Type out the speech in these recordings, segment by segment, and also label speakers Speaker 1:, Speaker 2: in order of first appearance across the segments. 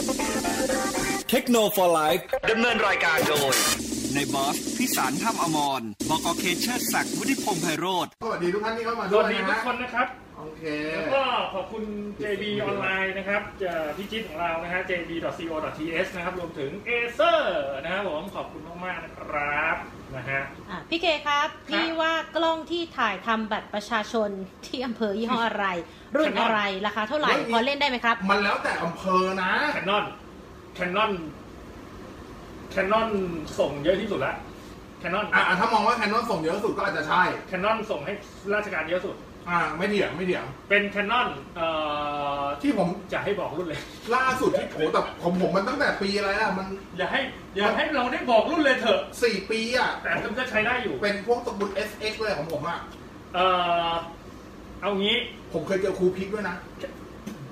Speaker 1: t e c h n o for Life
Speaker 2: ดำเนินรายการโดย
Speaker 1: ในบอสพิสารถ้ำอมรบอกอเคเชิดศักดิ์วุฒิพงษ์ไพโรธ
Speaker 3: สวัสดีทุกท่านที่เข้ามา
Speaker 4: ส
Speaker 3: ด้ว
Speaker 4: วั
Speaker 3: ย
Speaker 4: สดี
Speaker 3: นะ
Speaker 4: ทุก
Speaker 3: ฮะ
Speaker 4: คนนะครับ
Speaker 3: โอเค
Speaker 4: แล้วก็ขอบคุณ JB ออนไลน์นะครับจะพิจิตของเรานะฮะ jb.co.th นะครับ รวมถึง Acer นะครับผมขอบคุณมาก ๆ นะครับนะฮะ
Speaker 5: อ่ะพี่เคครับ พี่ว่ากล้องที่ถ่ายทำบัตรประชาชนที่อำเภอยี่ห้ออะไร รุ่นอะไร ราคาเท่าไหร่
Speaker 3: เฮ้ย
Speaker 5: พอเล่นได้ไหมครับ
Speaker 3: มันแล้วแต่อำเภอนะ
Speaker 4: Canon Canon Canon ส่งเยอะที่สุดละ Canon
Speaker 3: อ่ะอ่ะถ้ามองว่าแคนนอนส่งเยอะสุดก็อาจจะใช่
Speaker 4: Canon ส่งให้ราชการเยอะสุด
Speaker 3: อ่าไม่เถียงไม่เถียง
Speaker 4: เป็น Canon เอ่อที่
Speaker 3: ที่ผม
Speaker 4: จะให้บอกรุ่นเลย
Speaker 3: ล่าสุดที่โหแต่ผมผมมันตั้งแต่ปีอะไรอ่ะ มัน
Speaker 4: อย่าให้อย่าให้เราได้บอกรุ่นเลยเถอะ
Speaker 3: สี่ปีอ่ะ
Speaker 4: แต่มันก็ใช้ได้อยู่
Speaker 3: เป็นพวกตระกูล SX เลยของผมอ่ะ
Speaker 4: เออเอางี้
Speaker 3: ผมเคยเจอครูพิกด้วยนะ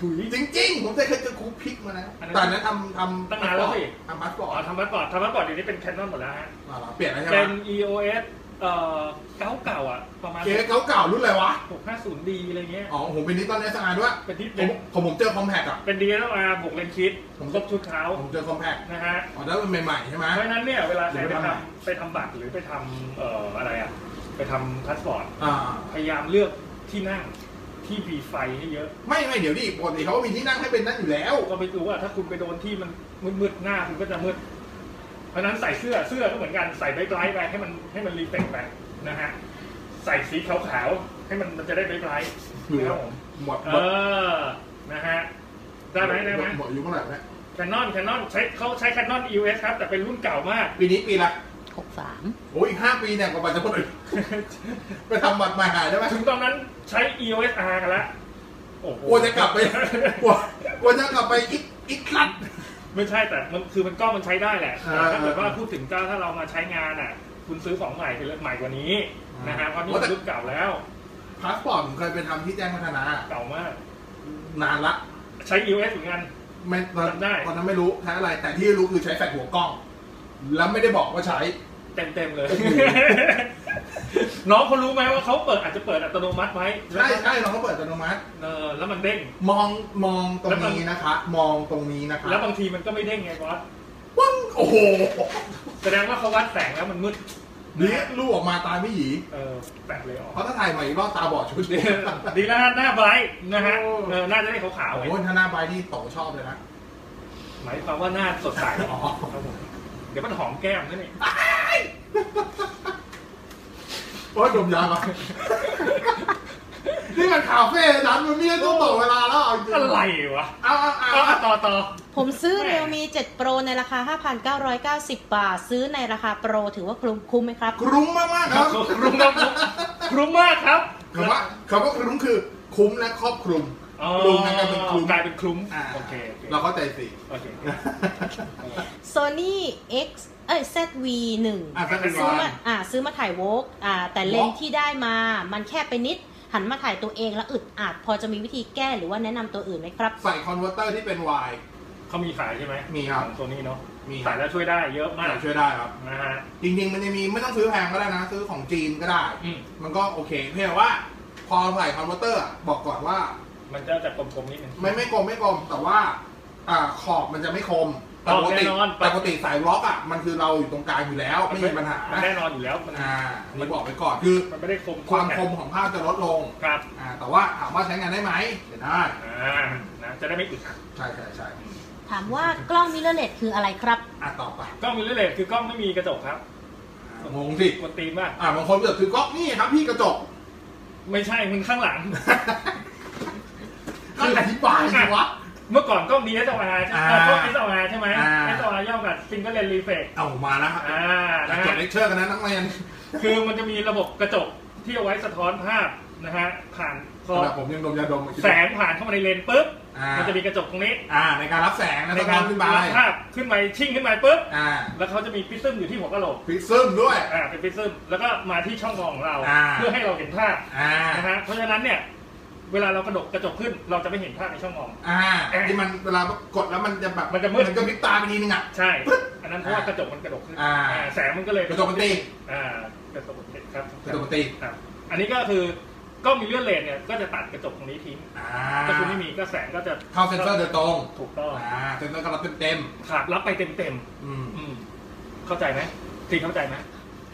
Speaker 4: ดุย
Speaker 3: จริงๆ ผมเคยเจอครูพิกมานะ
Speaker 4: อันนั้น
Speaker 3: แต่อันนั้นทำทำ
Speaker 4: ตั้งนานแล้วสิ
Speaker 3: ทำมาสปอ
Speaker 4: อ๋
Speaker 3: ร์
Speaker 4: อ
Speaker 3: ต
Speaker 4: ทำมาก่อนทำมาก่อนเดี๋ยวนี้เป็นแคนนอนหมดแล้วฮะ
Speaker 3: อ่าเปลี่ยนแล้วใช่ไห
Speaker 4: เป็
Speaker 3: ม
Speaker 4: น EOS เอ่อเก่าเก่าๆอ่ะ ประมาณ
Speaker 3: เคสเก่าๆรุ่นอะไรวะ
Speaker 4: 650D อะไรเงี้ย
Speaker 3: อ๋อผมเป็นนิตตอนเอสอาร์ด้วย
Speaker 4: เป็นนิต
Speaker 3: ผมผมผมเจอคอมแพคอ่ะ
Speaker 4: เป็น DSLR บวกเลนส์คิด
Speaker 3: ผม
Speaker 4: ครบชุดเท้า
Speaker 3: ผมเจอคอมแพค
Speaker 4: นะฮะ
Speaker 3: อ๋อแล้วมันใหม่ๆใช่ไหม
Speaker 4: เพราะฉะนั้นเนี่ย เวลาใคร
Speaker 3: เดี๋
Speaker 4: ไป
Speaker 3: ยวไปทำ
Speaker 4: ทำไปทำบัตรหรือไปทำเอ่ออะไรอ่ะ ไปทำพาสปอร์ต
Speaker 3: อ่า
Speaker 4: พยายามเลือกที่นั่งที่มีไฟให้เยอะ
Speaker 3: ไม่ไม่เดี๋ยวดิปกติเขาก็มีที่นั่งให้เป็นนั่นอยู่แล้ว
Speaker 4: ก็ไม่รู้ว่าถ้าคุณไปโดนที่มันมืดๆหน้าคุณก็จะมืด เพราะฉะนั้นใส่เสื้อเสื้อก็เหมือนกันใส่ไบรท์ๆไปให้มันให้มันรีเฟกไปนะฮะใส่สีขาวๆให้มันมันจะได้ไบรท์ๆ
Speaker 3: อยู่
Speaker 4: นะครับผม
Speaker 3: หมด
Speaker 4: เออนะฮะได้ไหมได้ไหม
Speaker 3: หมดอายุเมื่อไหร่แล้ว
Speaker 4: แคนนอนแคนนอนใช้เขาใช้แคนนอน EOS ครับ แต่เป็นรุ่นเก่ามาก
Speaker 3: ปีนี้ปีละ
Speaker 5: 63
Speaker 3: โอ้ยอีกห้าปีเนี่ยกว่าจะหมด อายุไปทำบัตรใหม่หายได้ไหม
Speaker 4: ถึงตอนนั้นใช้ EOS R กันละโอ้โห
Speaker 3: กลัวจะกลับไปกลัวกลัวจะกลับไปอีกอีกครั้ง
Speaker 4: ไม่ใช่แต่มันคือมันก็มันใช้ได้แหละ
Speaker 3: อ่า
Speaker 4: แต่ถ้าเกิดว่าพูดถึงก็ถ้าเรามาใช้งานอ่ะ คุณซื้อของใหม่เป็นเรื่องใหม่กว่านี้นะฮะเพราะนี่มันรุ่นเก่าแล้ว
Speaker 3: พาสปอร์ตผมเคยไปทำที่แจ้งพัฒนา
Speaker 4: เก่ามาก
Speaker 3: นานละ
Speaker 4: ใช้ EOS เหมือนกัน
Speaker 3: ไม่ตอน
Speaker 4: จำได้
Speaker 3: ตอนนั้นไม่รู้ใช้อะไร แต่ที่รู้คือใช้แฟลชหัวกล้อง แล้วไม่ได้บอกว่าใช้
Speaker 4: เต็ม ๆ เลย
Speaker 3: โอ้โห
Speaker 4: น้องเขารู้ไหมว่าเขาเปิดอาจจะเปิดอัตโนมัติไว้
Speaker 3: ใช่ใช่เราก็เปิดอัตโนมัติ
Speaker 4: เออแล้วมันเด้ง
Speaker 3: มองมองตร
Speaker 4: แล้
Speaker 3: ง
Speaker 4: วมัน
Speaker 3: นี้นะคะ มองตรงนี้นะคะ
Speaker 4: แล้วบางทีมันก็ไม่เด้งไงบอส
Speaker 3: ปึ้งโอ้โห
Speaker 4: แสดงว่าเขาวัดแสงแล้วมันมืด
Speaker 3: นี่ลูกออกมาตายไม่หยี
Speaker 4: เออแปลก เลยออก
Speaker 3: เพราะถ้าถ่ายใหม่อีกรอบตาบอดชุด
Speaker 4: ดี
Speaker 3: นี้
Speaker 4: ดีแล้วหน้าไบรท์นะฮะ
Speaker 3: โอ้
Speaker 4: เออหน้าจะได้ขาวๆไว้
Speaker 3: โอ้ยถ้าหน้าใบที่โตชอบเลยนะ
Speaker 4: หมายความว่าหน้าสดใส
Speaker 3: อ๋อ
Speaker 4: ครับผมเดี๋ยวมันหอมแก้มนั่นเอง
Speaker 3: โอ้ยดมยามา นี่มันคาเฟ่นะมันไม่ได้ต้องต่อเวลาแล้วเอาจริง
Speaker 4: อะไรวะ
Speaker 3: เอาเอาเอา
Speaker 4: เอา
Speaker 3: เอา
Speaker 4: อ่ะต่อต่อ
Speaker 5: ผมซื้อเรียวมี7 Pro ในราคา 5,990 บาท ซื้อในราคาโปรถือว่าคุ้มคุ้มไหมครับ
Speaker 3: ครุ้มมากมากๆครับ
Speaker 4: ครุ้มครับครุ้มมากครับ
Speaker 3: คำว่าคำว่าครุ้มคือคุ้มและครอบคลุม
Speaker 4: อ๋อ
Speaker 3: รวมกันกลายเป็นคลุ้ม
Speaker 4: กลายเป็นคลุ้ม
Speaker 3: อ่า
Speaker 4: โอเคโอเค
Speaker 3: เราเข้าใจสิ
Speaker 4: โอเค
Speaker 5: Sony X เอ้ย ZV1
Speaker 3: อ่ะก็เป็น
Speaker 5: ซื้อ
Speaker 3: ว่า
Speaker 5: มาอ่าซื้อมาถ่ายโวกอ่าแต่เลนส์
Speaker 3: Vogue
Speaker 5: ที่ได้มามันแคบไปนิด หันมาถ่ายตัวเองแล้วอึดอัดพอจะมีวิธีแก้หรือว่าแนะนำตัวอื่นไหมครับ
Speaker 3: ใส่คอนเวอร์เตอร์ที่เป็นวาย
Speaker 4: เขามีขายใช่ไหม
Speaker 3: มีครับ
Speaker 4: ของตัวนี้เนาะ
Speaker 3: มีครับ
Speaker 4: ขายแล้วช่วยได้เยอะมาก
Speaker 3: ใส่ช่วยได้ครับ
Speaker 4: นะฮะ
Speaker 3: จริงๆ มันจะมีไม่ต้องซื้อแพงก็ได้นะ ซื้อของจีนก็ได้
Speaker 4: อืม
Speaker 3: มันก็โอเค เพียงแต่ว่า พอใส่คอนเวอร์เตอร์อะบอกก่อนว่า
Speaker 4: มันจะจะกลมๆนิดนึง
Speaker 3: ไม่ไม่กลมไม่กลมแต่ว่าอ่าขอบมันจะไม่คมแต่ปกติ
Speaker 4: อ๋อแน่นอน
Speaker 3: แต่ปกติสายล็อกอ่ะมันคือเราอยู่ตรงกลางอยู่แล้วไม่มีปัญหาน
Speaker 4: แน่นอนอยู่แล้วมัน
Speaker 3: อ่าอันนี่บอกไปก่อนคือ
Speaker 4: มันไม่ได้คม
Speaker 3: ความคมของภาพจะลดลง
Speaker 4: ครับ
Speaker 3: อ่าแต่ว่าถามว่าใช้งานได้ไหมได้
Speaker 4: อ่านะจะได้ไม่อึดอัด
Speaker 3: ใช่ใช่ใช่
Speaker 5: ถามว่ากล้องมิเรอร์เลสคืออะไรครับ
Speaker 3: อ่ะต่อไป
Speaker 4: กล้องมิเรเลสคือกล้องไม่มีกระจกครับ
Speaker 3: งงสิ
Speaker 4: มันตีนมาก
Speaker 3: อ่ะบางคนก็คือก๊อกนี่ครับพี่กระจก
Speaker 4: ไม่ใช่มันข้างหลัง
Speaker 3: คืออธิบายสิวะ
Speaker 4: เมื่อก่อนกล้อง DSLR ใช่ไหมเออกล้อง
Speaker 3: อ่า
Speaker 4: DSLR ใช่ไหม
Speaker 3: อ่า
Speaker 4: DSLR ย่อมาจาก Single Lens Reflex
Speaker 3: เอามาแล้วครับ
Speaker 4: อ่านะ
Speaker 3: จ
Speaker 4: ฮะ
Speaker 3: ดเลคเชอร์กันนะนักเรียน
Speaker 4: คือมันจะมีระบบกระจกที่เอาไว้สะท้อนภาพนะฮะผ่านพอ
Speaker 3: สำหรับผมยังดมยาดมมาคิด
Speaker 4: แส
Speaker 3: ว่า
Speaker 4: งผ่านเข้ามาในเลนส์ปุ๊บ
Speaker 3: อ่ามั
Speaker 4: มันจะมีกระจกตรงนี้
Speaker 3: อ่า ในการรับแสงนะ
Speaker 4: ใน
Speaker 3: สะ
Speaker 4: กา
Speaker 3: ท้อ
Speaker 4: ร
Speaker 3: นขึ้นไป
Speaker 4: รับภาพขึ้นไปชิ่งขึ้นไปปุ๊บ
Speaker 3: อ่า
Speaker 4: แล้วเขาจะมีพิซซึมอยู่ที่หัวกะโหลก
Speaker 3: พิซซึมด้วย
Speaker 4: อ่าเป็นพิซซึมแล้วก็มาที่ช่องมองของเรา
Speaker 3: อ่า
Speaker 4: เพื่อให้เราเห็นภาพ
Speaker 3: อ่า
Speaker 4: นะฮะเพราะฉะนั้นเนี่ยเวลาเรากระดกกระจกขึ้นเราจะไม่เห็นภาพในช่องมอง
Speaker 3: อ่าที่มันเวลากดแล้วมันจะแบบ
Speaker 4: มันจะมืด
Speaker 3: มันก็พลิกตาไปทีนึงอ่ะ
Speaker 4: ใช่ อันนั้นเพราะว่ากระจกมันกระดกขึ้น
Speaker 3: อ่า
Speaker 4: อ่าแสงมันก็เลย
Speaker 3: กระจกมันตี
Speaker 4: อ่ากระจกมันติดครับ
Speaker 3: กระจกมันตี
Speaker 4: ครับ อันนี้ก็คือกล้องมีเลื่อนเลนเนี่ยก็จะตัดกระจกตรงนี้ทิ้ง
Speaker 3: อ่า
Speaker 4: ถ้าคุณไม่มีก็แสงก็จะ
Speaker 3: เข้าเซ็นเซอร์โดยตรง
Speaker 4: ถูกต้อง
Speaker 3: อ่าเซ็นเซอร์ก็รับเต็ม
Speaker 4: ขาดรับไปเต็มเต็ม
Speaker 3: ๆอืม
Speaker 4: ๆอืมเข้าใจไหมทีเข้าใจไหม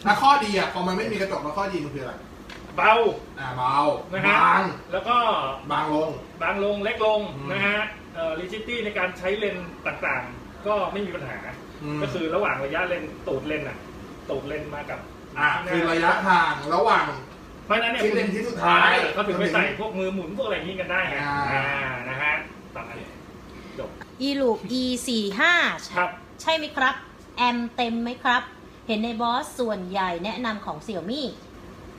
Speaker 3: ถ้าข้อดีอ่ะพอมันไม่มีกระจกแล้วข้อดีมันคืออะไร
Speaker 4: เบา
Speaker 3: อ่าเบา
Speaker 4: นะ
Speaker 3: บ
Speaker 4: ฮะ
Speaker 3: าง
Speaker 4: แล้วก็
Speaker 3: บางลง
Speaker 4: บางลงเล็กลง
Speaker 3: อืม
Speaker 4: นะฮะเอ่อลิจิตี้ในการใช้เลนส์ต่างๆ ก็ไม่มีปัญหา
Speaker 3: อืม
Speaker 4: ก็คือระหว่างระยะเลนส์ตูดเลนส์อ่ะตูดเลนส์มากับ
Speaker 3: อ่าคือระยะทางระหว่าง
Speaker 4: เพราะฉะนั้นเนี่ย
Speaker 3: ชิ้นเป็นชิ้นสุดท้าย
Speaker 4: เขาถึงไปใส่พวกมือหมุนพวกอะไรอย่างนี้กันได้ไง
Speaker 3: อ่า
Speaker 4: อ่านะฮะต่างกันเลยจบ
Speaker 5: e l o o p e 4 5
Speaker 4: ครับ
Speaker 5: ใช่ไหมครับ แอมเต็มไหมครับ เห็นในบอสส่วนใหญ่แนะนำของเสี่ยวมี่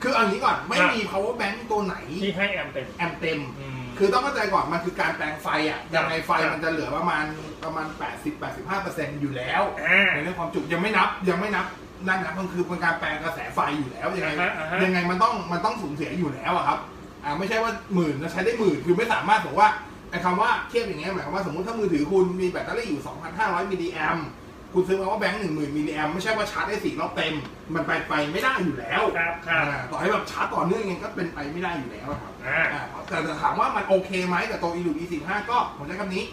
Speaker 3: คือเอางี้ก่อนไม่
Speaker 4: ครับ
Speaker 3: มี power bank ตัวไหน
Speaker 4: ที่ให้แอมเต็ม
Speaker 3: แอมเต็ม
Speaker 4: อืม
Speaker 3: คือต้องเข้าใจก่อนมันคือการแปลงไฟอ่ะยังไงไฟ
Speaker 4: ครับ
Speaker 3: มันจะเหลือประมาณประมาณ 80-85%อยู่แล้ว
Speaker 4: อ่า
Speaker 3: ในเรื่องความจุยังไม่นับยังไม่นับนั่นนะมันคือเป็นการแปลงกระแสไฟอยู่แล้วยังไง
Speaker 4: อ่าฮะอ่าฮะ
Speaker 3: ยังไงมันต้องมันต้องสูญเสียอยู่แล้วอะครับอ่าไม่ใช่ว่าหมื่นจะใช้ได้หมื่นคือไม่สามารถบอกว่าไอ้คำว่าเทียบอย่างเงี้ยหมายความว่าสมมติถ้ามือถือคุณมีแบตเตอรี่อยู่ 2,500 มิลลิแอมคุณซื้อมาว่าแบงค์หนึ่งหมื่นมิลลิแอมไม่ใช่ว่าชาร์จได้สี่รอบเต็ม มันไปไปไม่ได้อยู่แล้ว
Speaker 4: ครับครับ
Speaker 3: อ่าต่อให้แบบชาร์จต่อเนื่องยังไงก็เป็นไปไม่ได้อยู่แล้วอะครับ
Speaker 4: อ่า
Speaker 3: อ่าแต่จะถามว่ามันโอเคไหมกับตัว e l u 45 ก็ผมใช้คำนี้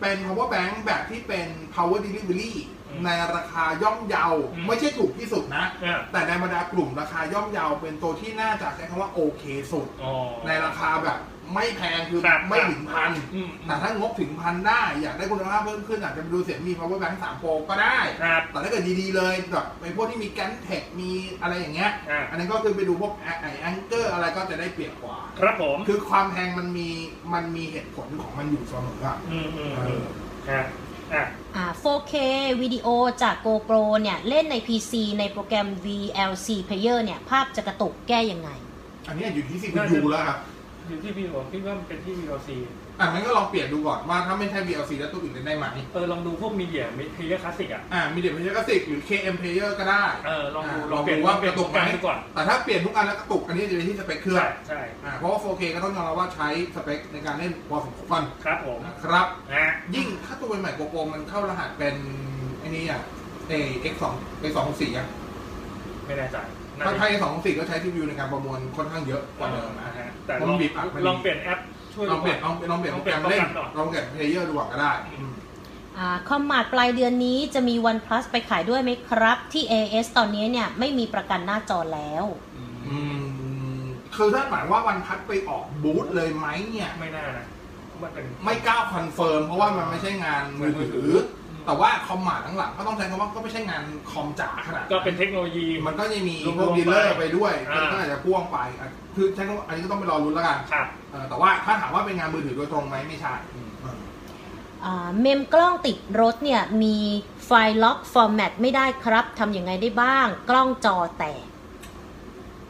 Speaker 3: เป็น power bank แบบที่เป็น power delivery
Speaker 4: อืม
Speaker 3: ในราคาย่อมเยา
Speaker 4: อืม
Speaker 3: ไม่ใช่ถูกที่สุดนะ
Speaker 4: อ่า
Speaker 3: แต่ในบรรดากลุ่มราคาย่อมเยาเป็นตัวที่น่าจะใช้คำว่าโอเคสุด
Speaker 4: อ๋อ
Speaker 3: ในราคาแบบไม่แพงคือ
Speaker 4: ครับ
Speaker 3: ไม่ถึงพัน
Speaker 4: อืม
Speaker 3: แต่ถ้างบถึงพันได้ อยากได้คุณภาพเพิ่มขึ้นอาจจะไปดูเสียงมี power bank 3 pro ก็ได้
Speaker 4: ครับ
Speaker 3: แต่ถ้าเกิดดีๆเลยแบบไอ้พวกที่มีแกนเทคมีอะไรอย่างเงี้ย
Speaker 4: อ่า
Speaker 3: อันนั้นก็คือไปดูพวกไอ้แองเกอร์อะไรก็จะได้เปรียบกว่า
Speaker 4: ครับผม
Speaker 3: คือความแพงมันมีมันมีเหตุผลของมันอยู่เสมออะ
Speaker 4: อืมอืม
Speaker 3: เอ
Speaker 4: อื
Speaker 3: อ
Speaker 4: มครับอ่ะ
Speaker 5: อ่า 4K วิดีโอจาก GoPro เนี่ย เล่นใน PC ในโปรแกรม VLC Player เนี่ย ภาพจะกระตุกแก้ยังไง
Speaker 3: อันนี้อยู่ที่ซี
Speaker 4: น่าจะ
Speaker 3: ยูแล้วครับ
Speaker 4: อยู่ที่พี่ผมคิดว่ามันเป็นที่ VLC
Speaker 3: อ่ะงั้นก็ลองเปลี่ยนดูก่อนว่าถ้าไม่ใช่ VLC แล้วตัวอื่นเล่นได้ไหม
Speaker 4: เออลองดูพวกมีเดียมิทีเรียคลาสสิกอ่ะ
Speaker 3: อ่ามีเดียเพลเยอร์ก็สิหรือ KM Player ก็ได้
Speaker 4: เออลองดู
Speaker 3: า
Speaker 4: ล
Speaker 3: ล
Speaker 4: อ
Speaker 3: อง ง
Speaker 4: เปลี่ยน
Speaker 3: ดูว่า
Speaker 4: เปลี่
Speaker 3: ก
Speaker 4: ยน
Speaker 3: ระตุกไหม
Speaker 4: ทุกอันดูก่อน
Speaker 3: แต่ถ้าเปลี่ยนทุกอันแล้วกระตุกอันนี้จะเป็นที่สเปคเครื่อง
Speaker 4: ใช่ใช่
Speaker 3: อ่าเพราะว่า 4K ก็ต้องยอมรับว่าใช้สเปคในการเล่นพอสมควร
Speaker 4: ครับผม
Speaker 3: นะครับ
Speaker 4: อ่ะ
Speaker 3: ยิ่งถ้าตัวใหม่โกโปรมันเข้ารหัสเป็นไอ้นี่อ่ะเอ X2 X264 อ่ะ
Speaker 4: ไม่แน่ใจน่า
Speaker 3: ถ้า
Speaker 4: จะ
Speaker 3: ใช้ X264 ก็ใช้ซีพีในการประมวลค่อนข้างเยอะกว่าเดิมนะฮะ
Speaker 4: แต่
Speaker 3: เพราะ
Speaker 4: ล
Speaker 3: มั
Speaker 4: อน ง
Speaker 3: บีบอัดมัน
Speaker 4: ลองเปลี่ยนแอปช่วย
Speaker 3: ล
Speaker 4: ดู
Speaker 3: องเป
Speaker 4: ก่
Speaker 3: ลี่น
Speaker 4: อย
Speaker 3: ล
Speaker 4: น
Speaker 3: องเปลี่ยนลองเปลี่ยน
Speaker 4: ลอง
Speaker 3: โปรแกรมเล่นลองเป
Speaker 4: เปลี่ยนโปรแกรมก่อน
Speaker 3: ลี่ยนเพลเยอร์ดูก่อนก็ได้อืม
Speaker 5: อ่าคอมมาดปลายเดือนนี้จะมี OnePlus ไปขายด้วยไหมครับ ที่ AS ตอนนี้เนี่ย ไม่มีประกันหน้าจอแล้ว
Speaker 3: อืมคือถ้าหมายว่าวันพัดไปออกบูธเลยไหมเนี่ย
Speaker 4: ไม่น่านะมันเป็น
Speaker 3: ไม่กล้าคอนเฟิร์มเพราะว่ามันไม่ใช่งานมือถือ แต่ว่าคอมมาดหลังๆก็ต้องใช้คำว่าก็ไม่ใช่งานคอมจ๋าขนาด
Speaker 4: ก็เป็นเทคโนโลยี
Speaker 3: มันก็จะมี
Speaker 4: รวมๆ
Speaker 3: พวกดีลเลอร์
Speaker 4: ไป
Speaker 3: ไปด้วย
Speaker 4: อ่า
Speaker 3: ก็อาจจะพ่วงไปอ่ะคือใช้คำว่าอันนี้ก็ต้องไปรอรุ้นแล้วกัน
Speaker 4: ครับ
Speaker 3: เออแต่ว่าถ้าถามว่าเป็นงานมือถือโดยตรงไหมไม่ใช่
Speaker 4: อืม
Speaker 3: เออ
Speaker 5: อ่าเมมกล้องติดรถเนี่ย มีไฟล์ล็อกฟอร์แมตไม่ได้ครับทำยังไงได้บ้าง กล้องจอแตก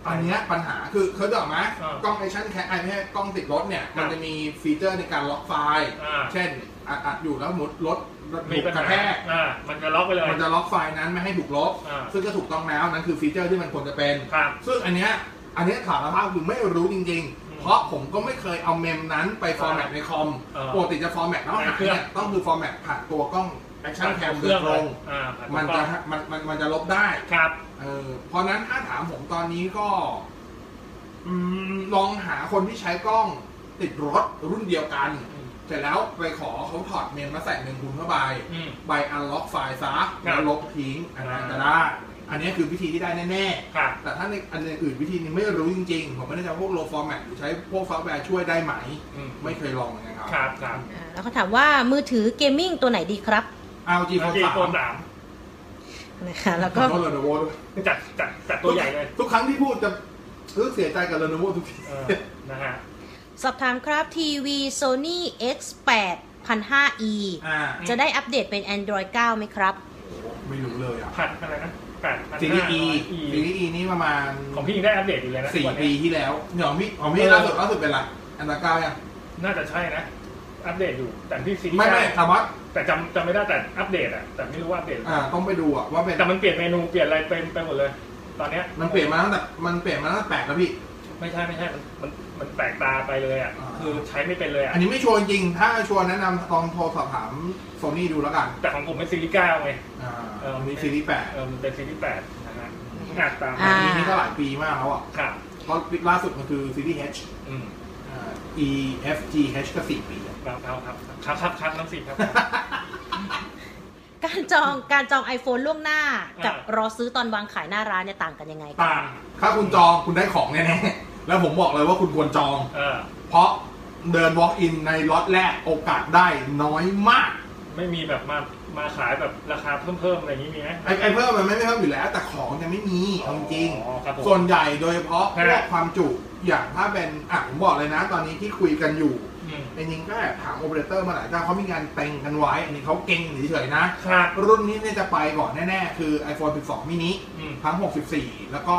Speaker 3: อันเนี้ยปัญหาคือเขาจะบอกไหม
Speaker 4: อ่าก
Speaker 3: ล้องไอชั่นแคไอไม่ใช่กล้องติดรถเนี่ยมันจะมีฟีเจอร์ในการล็อกไฟล์
Speaker 4: อ่า
Speaker 3: เช่นอัดอัดอยู่แล้วหมุดรถรถ
Speaker 4: มี
Speaker 3: ถูก
Speaker 4: ปัญ
Speaker 3: กระ
Speaker 4: หา
Speaker 3: แทก
Speaker 4: อ่ามันจะล็อกไปเลย
Speaker 3: มันจะล็อกไฟล์นั้นไม่ให้ถูกลบ
Speaker 4: อ่า
Speaker 3: ซึ่งก็ถูกต้องแล้วนั่นคือฟีเจอร์ที่มันควรจะเป็น
Speaker 4: ครับ
Speaker 3: ซึ่งอันเนี้ยอันเนี้ยสารภาพคือไม่รู้จริง ๆ เพราะผมก็ไม่เคยเอาเมมนั้นไปฟอร์แมตในคอม
Speaker 4: เออ
Speaker 3: ปกติจะฟอร์แมตแล้วหาเนี่ยต้องคือฟอร์แมตผ่านตัวกล้องแอคชั่นแคม
Speaker 4: เค
Speaker 3: โดย
Speaker 4: รื่อ
Speaker 3: ตร
Speaker 4: ง
Speaker 3: ง
Speaker 4: อ่าผ่านตัว
Speaker 3: มัน
Speaker 4: กล้
Speaker 3: จะ
Speaker 4: อง
Speaker 3: มันมันมันจะลบได้
Speaker 4: ครับ
Speaker 3: เออเพราะนั้นถ้าถามผมตอนนี้ก็อืมลองหาคนที่ใช้กล้องติดรถรุ่นเดียวกัน
Speaker 4: อืม
Speaker 3: เสร็จแล้วไปขอเขาถอดเมมมาใส่เมมคุณเข้าไป
Speaker 4: อืม
Speaker 3: ใบอันล็อกไฟล์ซะ
Speaker 4: ครั
Speaker 3: แล้
Speaker 4: บ
Speaker 3: วลบทิ้งอันนั้น
Speaker 4: อ่า
Speaker 3: จะได้ อันนี้คือวิธีที่ได้แน่ๆ
Speaker 4: ค่ะ
Speaker 3: แต่ถ้าในอันอื่นวิธีนี้ไม่รู้จริงๆ ผมไม่แน่ใจว่าพวกโลฟอร์แมตหรือใช้พวกซอฟต์แวร์ช่วยได้ไหม
Speaker 4: อืม
Speaker 3: ไม่เคยลองเลยนะครับ
Speaker 4: ครับครับ
Speaker 5: อ่าแล้วเขาถามว่ามือถือเกมมิ่งตัวไหนดีครับ
Speaker 3: LG
Speaker 4: แล้ว
Speaker 3: Phone
Speaker 4: จีโฟน
Speaker 3: 3
Speaker 4: สาม
Speaker 5: นะคะแล้วก็
Speaker 3: ขอโทษ Lenovo ด้วย
Speaker 4: จัดจัดจัดตัวใหญ่เลย
Speaker 3: ทุกครั้งที่พูดจะรู้สึกเสียใจกับ Lenovo ทุกที
Speaker 4: เออนะฮะ
Speaker 5: สอบถามครับทีวี Sony X8 1005e
Speaker 3: อ่า
Speaker 5: จะได้อัปเดตเป็น Android 9 ไหมครับ
Speaker 3: ไม่รู้เลยอ่ะ
Speaker 4: พันอะไรนะแปดพัน
Speaker 3: ซีรีส์ E ซีรีส์ E นี่ประมาณ
Speaker 4: ของพี่ยังได้อัปเดตอยู่เลยนะ
Speaker 3: สี่
Speaker 4: วัน
Speaker 3: ปี
Speaker 4: นี้
Speaker 3: ที่แล้วเนี่ยของพี่ของพี่
Speaker 4: เออ
Speaker 3: ล่าสุดล่าสุดเป็นไรอันดับเก้ายัง
Speaker 4: น่าจะใช่นะ อัปเดตอยู่ แต่พี่ซีรีส์
Speaker 3: ไม่ไม่ถามว่า
Speaker 4: แต่จำจำไม่ได้แต่อัปเดตอะแต่ไม่รู้ว่าอัปเดตหรือเป
Speaker 3: อ่า
Speaker 4: ล่า
Speaker 3: ต้องไปดูอ่ะว่าเป็น
Speaker 4: แต่มันเปลี่ยนเมนูเปลี่ยนอะไรไปไปหมดเลย ตอนเนี้ย
Speaker 3: มันเปลี่ยนมาตั้งแต่มันเปลี่ยนมาตั้งแต่แปดแล้วพี่
Speaker 4: ไม่ใช่ไม่ใช่มันมันมันแปลกตาไปเลยอะ
Speaker 3: อ่า
Speaker 4: คือใช้ไม่เป็นเลยอะ
Speaker 3: อันนี้ไม่ชัวร์จริงๆถ้าชัวร์แนะนำลองโทรสอบถามโซนี่ดูแล้วกัน
Speaker 4: แต่ของผมเป็นซีรีส์เก้าไง
Speaker 3: อ่า
Speaker 4: เออ
Speaker 3: อันนี้ซีรีส์แปด
Speaker 4: เออมันเป็นซีรีส์แปดนะฮะอ่ะตาม
Speaker 5: อ่า
Speaker 3: อันนี้นี่ก็หลายปีมากแล้วอ่ะ
Speaker 4: ครับ
Speaker 3: เพราะล่าสุดมันคือซีรีส์ H
Speaker 4: อืม
Speaker 3: อ่า E F G H ก็สี่ปีอะ
Speaker 4: ครับครับครับครับครับครับน้ำสิครับ
Speaker 5: การจองการจอง iPhone ล่วงหน้า กับ
Speaker 4: อ่าร ร
Speaker 5: อซื้อตอนวางขายหน้าร้านเนี่ยต่างกันยังไงครับ
Speaker 3: ต่างถ้าคุณจองคุณได้ของแน่ๆ แล้วผมบอกเลยว่าคุณควรจอง
Speaker 4: เออ
Speaker 3: เพราะเดิน walk in ในล็อตแรกโอกาสได้น้อยมาก
Speaker 4: ไม่มีแบบมามาขายแบบราคาเพิ่มเพิ่มๆอะไรอย่างนี้มีไหม
Speaker 3: ไอ้ไอ้เพิ่มมันไม่เพิ่มอยู่แล้ว แต่ของจะไม่มีเอาจริง
Speaker 4: อ๋อครับผม
Speaker 3: ส่วนใหญ่โดยเฉพาะพ
Speaker 4: ฮะ
Speaker 3: วกความจุอย่างถ้าเป็นอ่ะผมบอกเลยนะ ตอนนี้ที่คุยกันอยู่
Speaker 4: อืม
Speaker 3: จริงๆก็แอบถามโอเปอเรเตอร์มาหลายเจ้าเขามีงานแต่งกันไว้อันนี้เขาเก่งเฉยๆนะ
Speaker 4: ครับ
Speaker 3: รุ่นนี้เนี่ยจะไปก่อนแน่ ๆ คือ iPhone 12 mini
Speaker 4: อืม
Speaker 3: ทั้ง 64 แล้วก็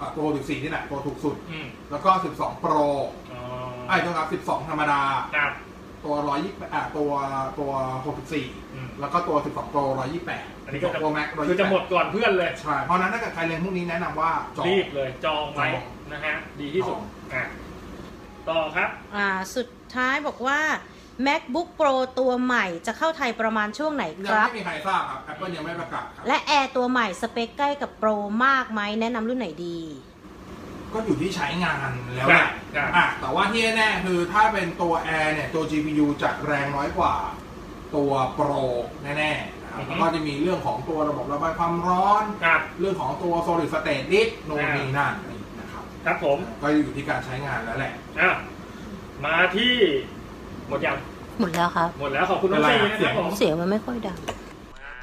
Speaker 3: อ่ะโปร 14 นี่แหละ โปรถูกสุด
Speaker 4: อืม
Speaker 3: แล้วก็ 12 Pro
Speaker 4: อ๋อ
Speaker 3: ไอ้ต้องรับ 12 ธรรมดา
Speaker 4: ครับ
Speaker 3: ตัว 120อ่ะตัวตัว
Speaker 4: อืม
Speaker 3: 64 แล้วก็ตัว 12 Pro 128
Speaker 4: อันนี้ก็
Speaker 3: 12
Speaker 4: จะ
Speaker 3: Pro Max 128
Speaker 4: คือจะหมดก่อนเพื่อนเลย
Speaker 3: ใช่ เพราะฉะนั้นถ้าเกิดใครเล่นพวกนี้แนะนำว่าจอง
Speaker 4: รีบเลยจองไว้
Speaker 3: จอง
Speaker 4: นะฮะ ดีที่สุด
Speaker 3: จอง
Speaker 4: อ่ะต่อครับ
Speaker 5: อ่าสุดท้ายบอกว่า MacBook Pro ตัวใหม่จะเข้าไทยประมาณช่วงไหน
Speaker 3: ยั
Speaker 5: ค
Speaker 3: ง
Speaker 5: รับ
Speaker 3: ไม่มีใครทราบครับ Apple ยังไม่ประกาศครับ
Speaker 5: และ Air ตัวใหม่สเปคใกล้กับ Pro มากไหมแนะนำรุ่นไหนดี
Speaker 3: ก็อยู่ที่ใช้งานแล้วแหละ
Speaker 4: ใช่ใช่
Speaker 3: อ่ะแต่ว่าที่แน่ๆคือถ้าเป็นตัว Air เนี่ย ตัว GPU จะแรงน้อยกว่าตัว Pro แน่ๆนะครับแล้วก็จะมีเรื่องของตัวระบบระบายความร้อน
Speaker 4: ครับ
Speaker 3: เรื่องของตัว Solid State Disk โนน
Speaker 4: อ่า
Speaker 3: นีนั่นนะครับ
Speaker 4: ครับผม
Speaker 3: ก็อยู่ที่การใช้งานแล้วแหละ
Speaker 4: อ่ะมาที่หมดยัง
Speaker 5: หมดแล้วครับ
Speaker 4: หมดแล้วขอบคุณน้องซี
Speaker 3: เว
Speaker 4: นะค
Speaker 3: ลา
Speaker 4: รับผม
Speaker 5: เสียงมันไม่ค่อยดัง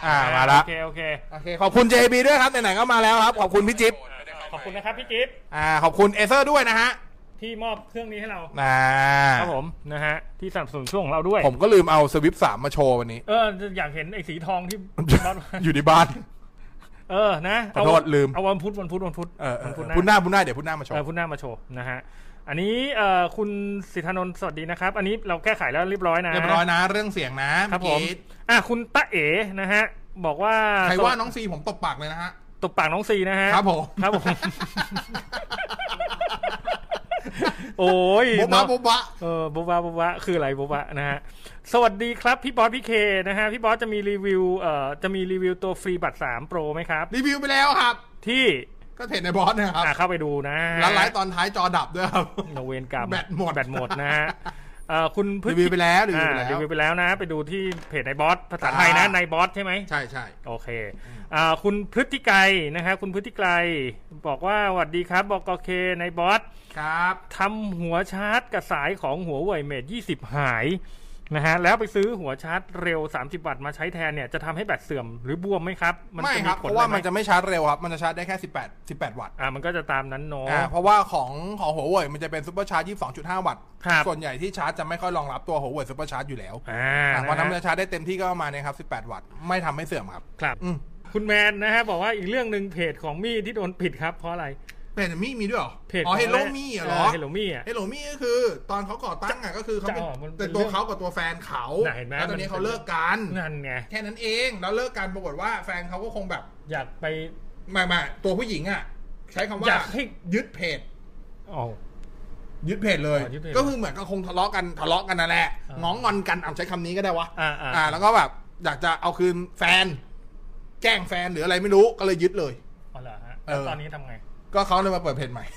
Speaker 3: อ่ามาละ
Speaker 4: โอเคโอเค
Speaker 3: โอเคขอบคุณ JB ด้วยครับไหนๆก็มาแล้วครับ ขอบคุณพี่จิ๊บ
Speaker 4: ขอบคุณนะครับพี่จิ๊บ
Speaker 3: อ่าขอบคุณเอเซอร์ด้วยนะฮะ
Speaker 4: ที่มอบเครื่องนี้ให้เรา
Speaker 3: อ่า
Speaker 4: ครับผมนะฮะที่สนับสนุนช่วงของเราด้วย
Speaker 3: ผมก็ลืมเอาสวิปสามมาโชว์วัน นี้
Speaker 4: เอออยากเห็นไอ้สีทอง ที่
Speaker 3: อยู่ที่บ้าน
Speaker 4: เออนะ
Speaker 3: ขอโทษ
Speaker 4: เา
Speaker 3: ลืม
Speaker 4: เอาวันพุธวันพุธวันพุธ
Speaker 3: เออเอ
Speaker 4: วั
Speaker 3: อน
Speaker 4: พุธ
Speaker 3: เอ
Speaker 4: ห
Speaker 3: อ
Speaker 4: น้า
Speaker 3: พุธหน้าพุธหน้าเดี๋ยวพุธหน้ามาโช
Speaker 4: เอ
Speaker 3: ว์
Speaker 4: อพูดหน้ามาโชว์นะฮะ อันนี้เอ่อคุณสิทธานนท์สวัสดีนะครับ อันนี้เราแก้ไขแล้วเรียบร้อยนะ
Speaker 3: เรียบร้อยนะเรื่องเสียงนะครับ
Speaker 4: ผ
Speaker 3: เอ
Speaker 4: ม
Speaker 3: กี้
Speaker 4: อ่ะคุณตะเอ๋นะฮะ บอกว่า
Speaker 3: ใครว่าน้องซีผมตบปากเลยนะฮะ
Speaker 4: ตบปากน้องซีนะฮะ
Speaker 3: ครับผม
Speaker 4: ครับผม โอ้ย
Speaker 3: บุบะ
Speaker 4: เนาะ
Speaker 3: บุบะ
Speaker 4: เออบุบะบุบะคืออะไรบุบะนะฮะ สวัสดีครับพี่บอสพี่เคนะฮะ พี่บอสจะมีรีวิวเอ่อจะมีรีวิวตัวฟรีบัตร3 Pro ไหมครับ
Speaker 3: รีวิวไปแล้วครับ
Speaker 4: ที่
Speaker 3: ก็เห็นในบอสนะครับ
Speaker 4: อ่ะเข้าไปดูนะฮะ
Speaker 3: แล้วไลฟ์ตอนท้ายจอดับด้วยครับ
Speaker 4: โนเวนกรรม
Speaker 3: แบตหมด
Speaker 4: แบตหมด นะฮะเอ่อคุณพฤ
Speaker 3: รีวิวไปแล้วรีวิ
Speaker 4: อ่าว
Speaker 3: ไปแล้ว
Speaker 4: รีวิวไปแล้วนะ ไปดูที่เพจในบอสภาษาไทยนะ
Speaker 3: อ่า
Speaker 4: ในบอสใช่ไหม
Speaker 3: ใช่ใช่
Speaker 4: โอเคอ่าคุณพฤติไกรนะฮะคุณพฤติไกรบอกว่าหวัดดีครับบอกโอเคในบอส
Speaker 3: ครับ
Speaker 4: ทำหัวชาร์จกับสายของหัวเว่ยเมด20 หายนะฮะแล้วไปซื้อหัวชาร์จเร็ว 30 วัตต์มาใช้แทนเนี่ยจะทำให้แบตเสื่อมหรือบวมไหมครับ
Speaker 3: ไม่
Speaker 4: จะ
Speaker 3: ครับ
Speaker 4: ผ
Speaker 3: เพ
Speaker 4: ล
Speaker 3: ราะว่า
Speaker 4: ไห
Speaker 3: มันจะไม่ชาร์จเร็วครับ มันจะชาร์จได้แค่ 18 18 วัตต์
Speaker 4: อ่ามันก็จะตามนั้นเนาะ
Speaker 3: อ่าเพราะว่าของของหัวเว่ยมันจะเป็นซูเปอร์ชาร์จ22.5 วัตต์
Speaker 4: ครับ
Speaker 3: ส่วนใหญ่ที่ชาร์จจะไม่ค่อยรองรับตัวหัวเว่ยซูเปอร์ชาร์จอยู่แล้ว
Speaker 4: อ่า
Speaker 3: อ่าเพราะ
Speaker 4: นะ
Speaker 3: น้ำ
Speaker 4: ฮะ
Speaker 3: จะชาร์จได้เต็มที่ก็ประมาณเนี้ครับ 18 วัตต์ไม่ทำให้เสื่อมครับ
Speaker 4: ครับ
Speaker 3: อืม
Speaker 4: คุณแมนนะฮะบอกว่าอีกเรื่องหนึ่งเพจของมี่ที่โดนปิดครับเพราะอะไร
Speaker 3: เป็นมี่มีด้วยเหรอ
Speaker 4: เพจ
Speaker 3: อ๋อ
Speaker 4: ของ
Speaker 3: เฮโลมี่เหรอ
Speaker 4: เฮโลมี่อ่ะ
Speaker 3: เฮโลมี่ก็คือตอนเขาก่อตั้งอ่ะก็คือเขาเป็น
Speaker 4: จะออกมันเป็น
Speaker 3: เป็นตัวเขากับตัวแฟนเขา
Speaker 4: น่ะเห็นไหม
Speaker 3: แล้วตอน
Speaker 4: มั
Speaker 3: นี้
Speaker 4: น
Speaker 3: เขาเลิกกัน
Speaker 4: นั่นไง
Speaker 3: แค่นั้นเองแล้วเลิกกันปรากฏว่าแฟนเขาก็คงแบบ
Speaker 4: อยากไป
Speaker 3: ไม่ไม่ตัวผู้หญิงอ่ะ ใช้คำว่า
Speaker 4: อยากให้
Speaker 3: ยึดเพจ
Speaker 4: อ๋อ
Speaker 3: ยึดเพจเลย
Speaker 4: อ๋อยึดเพจ
Speaker 3: ก็คือเหมือนกับคงทะเลาะกันทะเลาะกันนั่นแหละ
Speaker 4: อ่าง
Speaker 3: งองอนกันเอาใช้คำนี้ก็ได้วะ
Speaker 4: อ่าอ่า
Speaker 3: แล้วก็แบบอยากจะเอาคืนแฟน แกล้งแฟนหรืออะไรไม่รู้ก็เลยยึดเลย
Speaker 4: อ๋อเหรอฮะ
Speaker 3: เออ
Speaker 4: แล้วตอนนี้ทำไง
Speaker 3: ก็เขาเลยมาเปิดเพจใหม่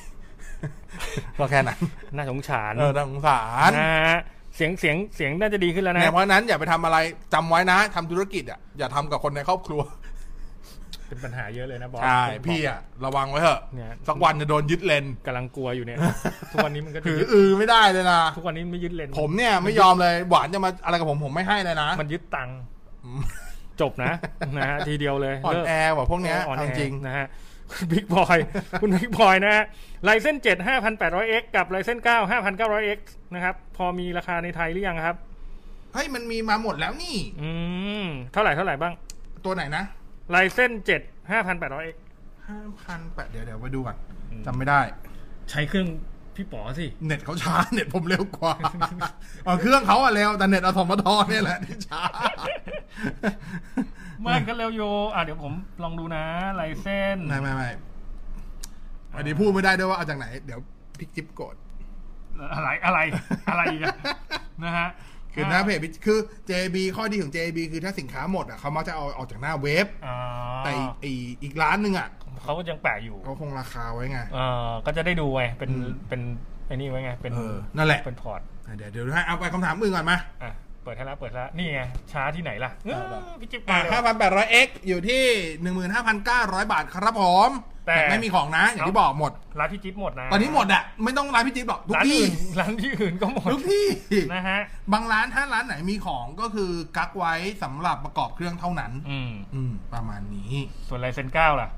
Speaker 3: ก็แค่นั้น
Speaker 4: น่าสงสาร
Speaker 3: เออน่าสงสาร
Speaker 4: นะฮะเสียงเสียงเสียงน่าจะดีขึ้นแล้วนะ
Speaker 3: เนี่ยเพราะฉะนั้นอย่าไปทำอะไรจำไว้นะทำธุรกิจอ่ะอย่าทำกับคนในครอบครัว
Speaker 4: เป็นปัญหาเยอะเลยนะบอส
Speaker 3: ใช่
Speaker 4: ผมบอก
Speaker 3: พี่อะระวังไว้เถอะ
Speaker 4: เนี่ย
Speaker 3: สักวันจะโดนยึดเลน
Speaker 4: กำลังกลัว อยู่เนี่ย ทุกวันนี้มันก็
Speaker 3: ถือ
Speaker 4: ยึด
Speaker 3: อือไม่ได้เลยนะ
Speaker 4: ทุกวันนี้ไม่ยึดเลน
Speaker 3: ผมเนี่ยไม่ยอมเลยหวานจะมาอะไรกับผมผมไม่ให้เลยนะ
Speaker 4: มันยึดตังค์จบนะ นะฮะทีเดียวเลย
Speaker 3: อ่อน
Speaker 4: เลิก
Speaker 3: แอว่ะพวกเนี้ย
Speaker 4: อ่อน
Speaker 3: เอา
Speaker 4: แอ
Speaker 3: จริง
Speaker 4: นะฮะ คุณบิ๊กบอย คุณบิ๊กบอยนะฮะไลเซนเจ็ดห้าพันแปดร้อยเอ็กกับไลเซนเก้าห้าพันเก้าร้อยเอ็กนะครับ พอมีราคาในไทยหรือยังครับ
Speaker 3: เฮ้ยมันมีมาหมดแล้วนี่
Speaker 4: อืม เท่าไหร่เท่าไหร่บ้าง
Speaker 3: ตัวไหนนะ
Speaker 4: ไลเซนเจ็ดห้าพันแปดร้อยเอ็ก
Speaker 3: ห้าพันแปดเดี๋ยวเดี๋ยวไปดูก่อนจำไม่ได้
Speaker 4: ใช้เครื่องพี่ป๋อสิ
Speaker 3: เน็ตเขาช้า เน็ตผมเร็วกว่าเอาเครื่องเขาอะเร็วแต่เน็ตอสมทเนี่ยแหละ ที่ช้า
Speaker 4: มากก็เร็วโย อ่ะเดี๋ยวผมลองดูนะไลเซน
Speaker 3: ไม่ไม่ไม่อันนี้พูดไม่ได้ด้วยว่าเอาจากไหน เดี๋ยวพี่จิ๊บโกรธ
Speaker 4: อะไรอะไรอะไรอีกอะนะฮะ
Speaker 3: คือหน้าเพจพี่คือ JB ข้อดีของ JB คือถ้าสินค้าหมดอ่ะเขามักจะเอาออกจากหน้าเว็บ
Speaker 4: อ่า
Speaker 3: แต่อีกอีกอีกร้านหนึ่งอ่ะ
Speaker 4: เขาก็ยังแปะอยู่
Speaker 3: เขาคงราคาไว้ไง
Speaker 4: เออก็จะได้ดูไงเป็นเป็นไอ้นี่ไว้ไงเป็น
Speaker 3: เออนั่นแหละ
Speaker 4: เป็นพอร์ต
Speaker 3: อ่ะเดี๋ยวเดี๋ยวให้เอาไปคำถามอื่นก่อนมา
Speaker 4: อ่ะ เปิดให้แล้วเปิดแล้ว นี่ไง ช้าที่ไหนล่ะเออพี่จิ๊บ
Speaker 3: อ่ะ
Speaker 4: เร็ว
Speaker 3: 5,800 x อยู่ที่ 15,900 บาทครับผม
Speaker 4: แต่
Speaker 3: แต่ไม่มีของนะ อย่างที่บอกหมด
Speaker 4: ร้านพี่จิ๊บหมดนะ
Speaker 3: ตอนนี้หมดอ่ะ ไม่ต้องร้านพี่จิ๊บหรอกทุก
Speaker 4: ร้าน
Speaker 3: ที่
Speaker 4: อื่นร้านที่อื่นก็หมด
Speaker 3: ทุกที่
Speaker 4: นะฮะ
Speaker 3: บางร้านถ้าร้านไหนมีของก็คือกักไว้สำหรับประกอบเครื่องเท่านั้น
Speaker 4: อืม
Speaker 3: อืม ประมาณนี้
Speaker 4: ส่วนลายเซ็นเก้าล่ะ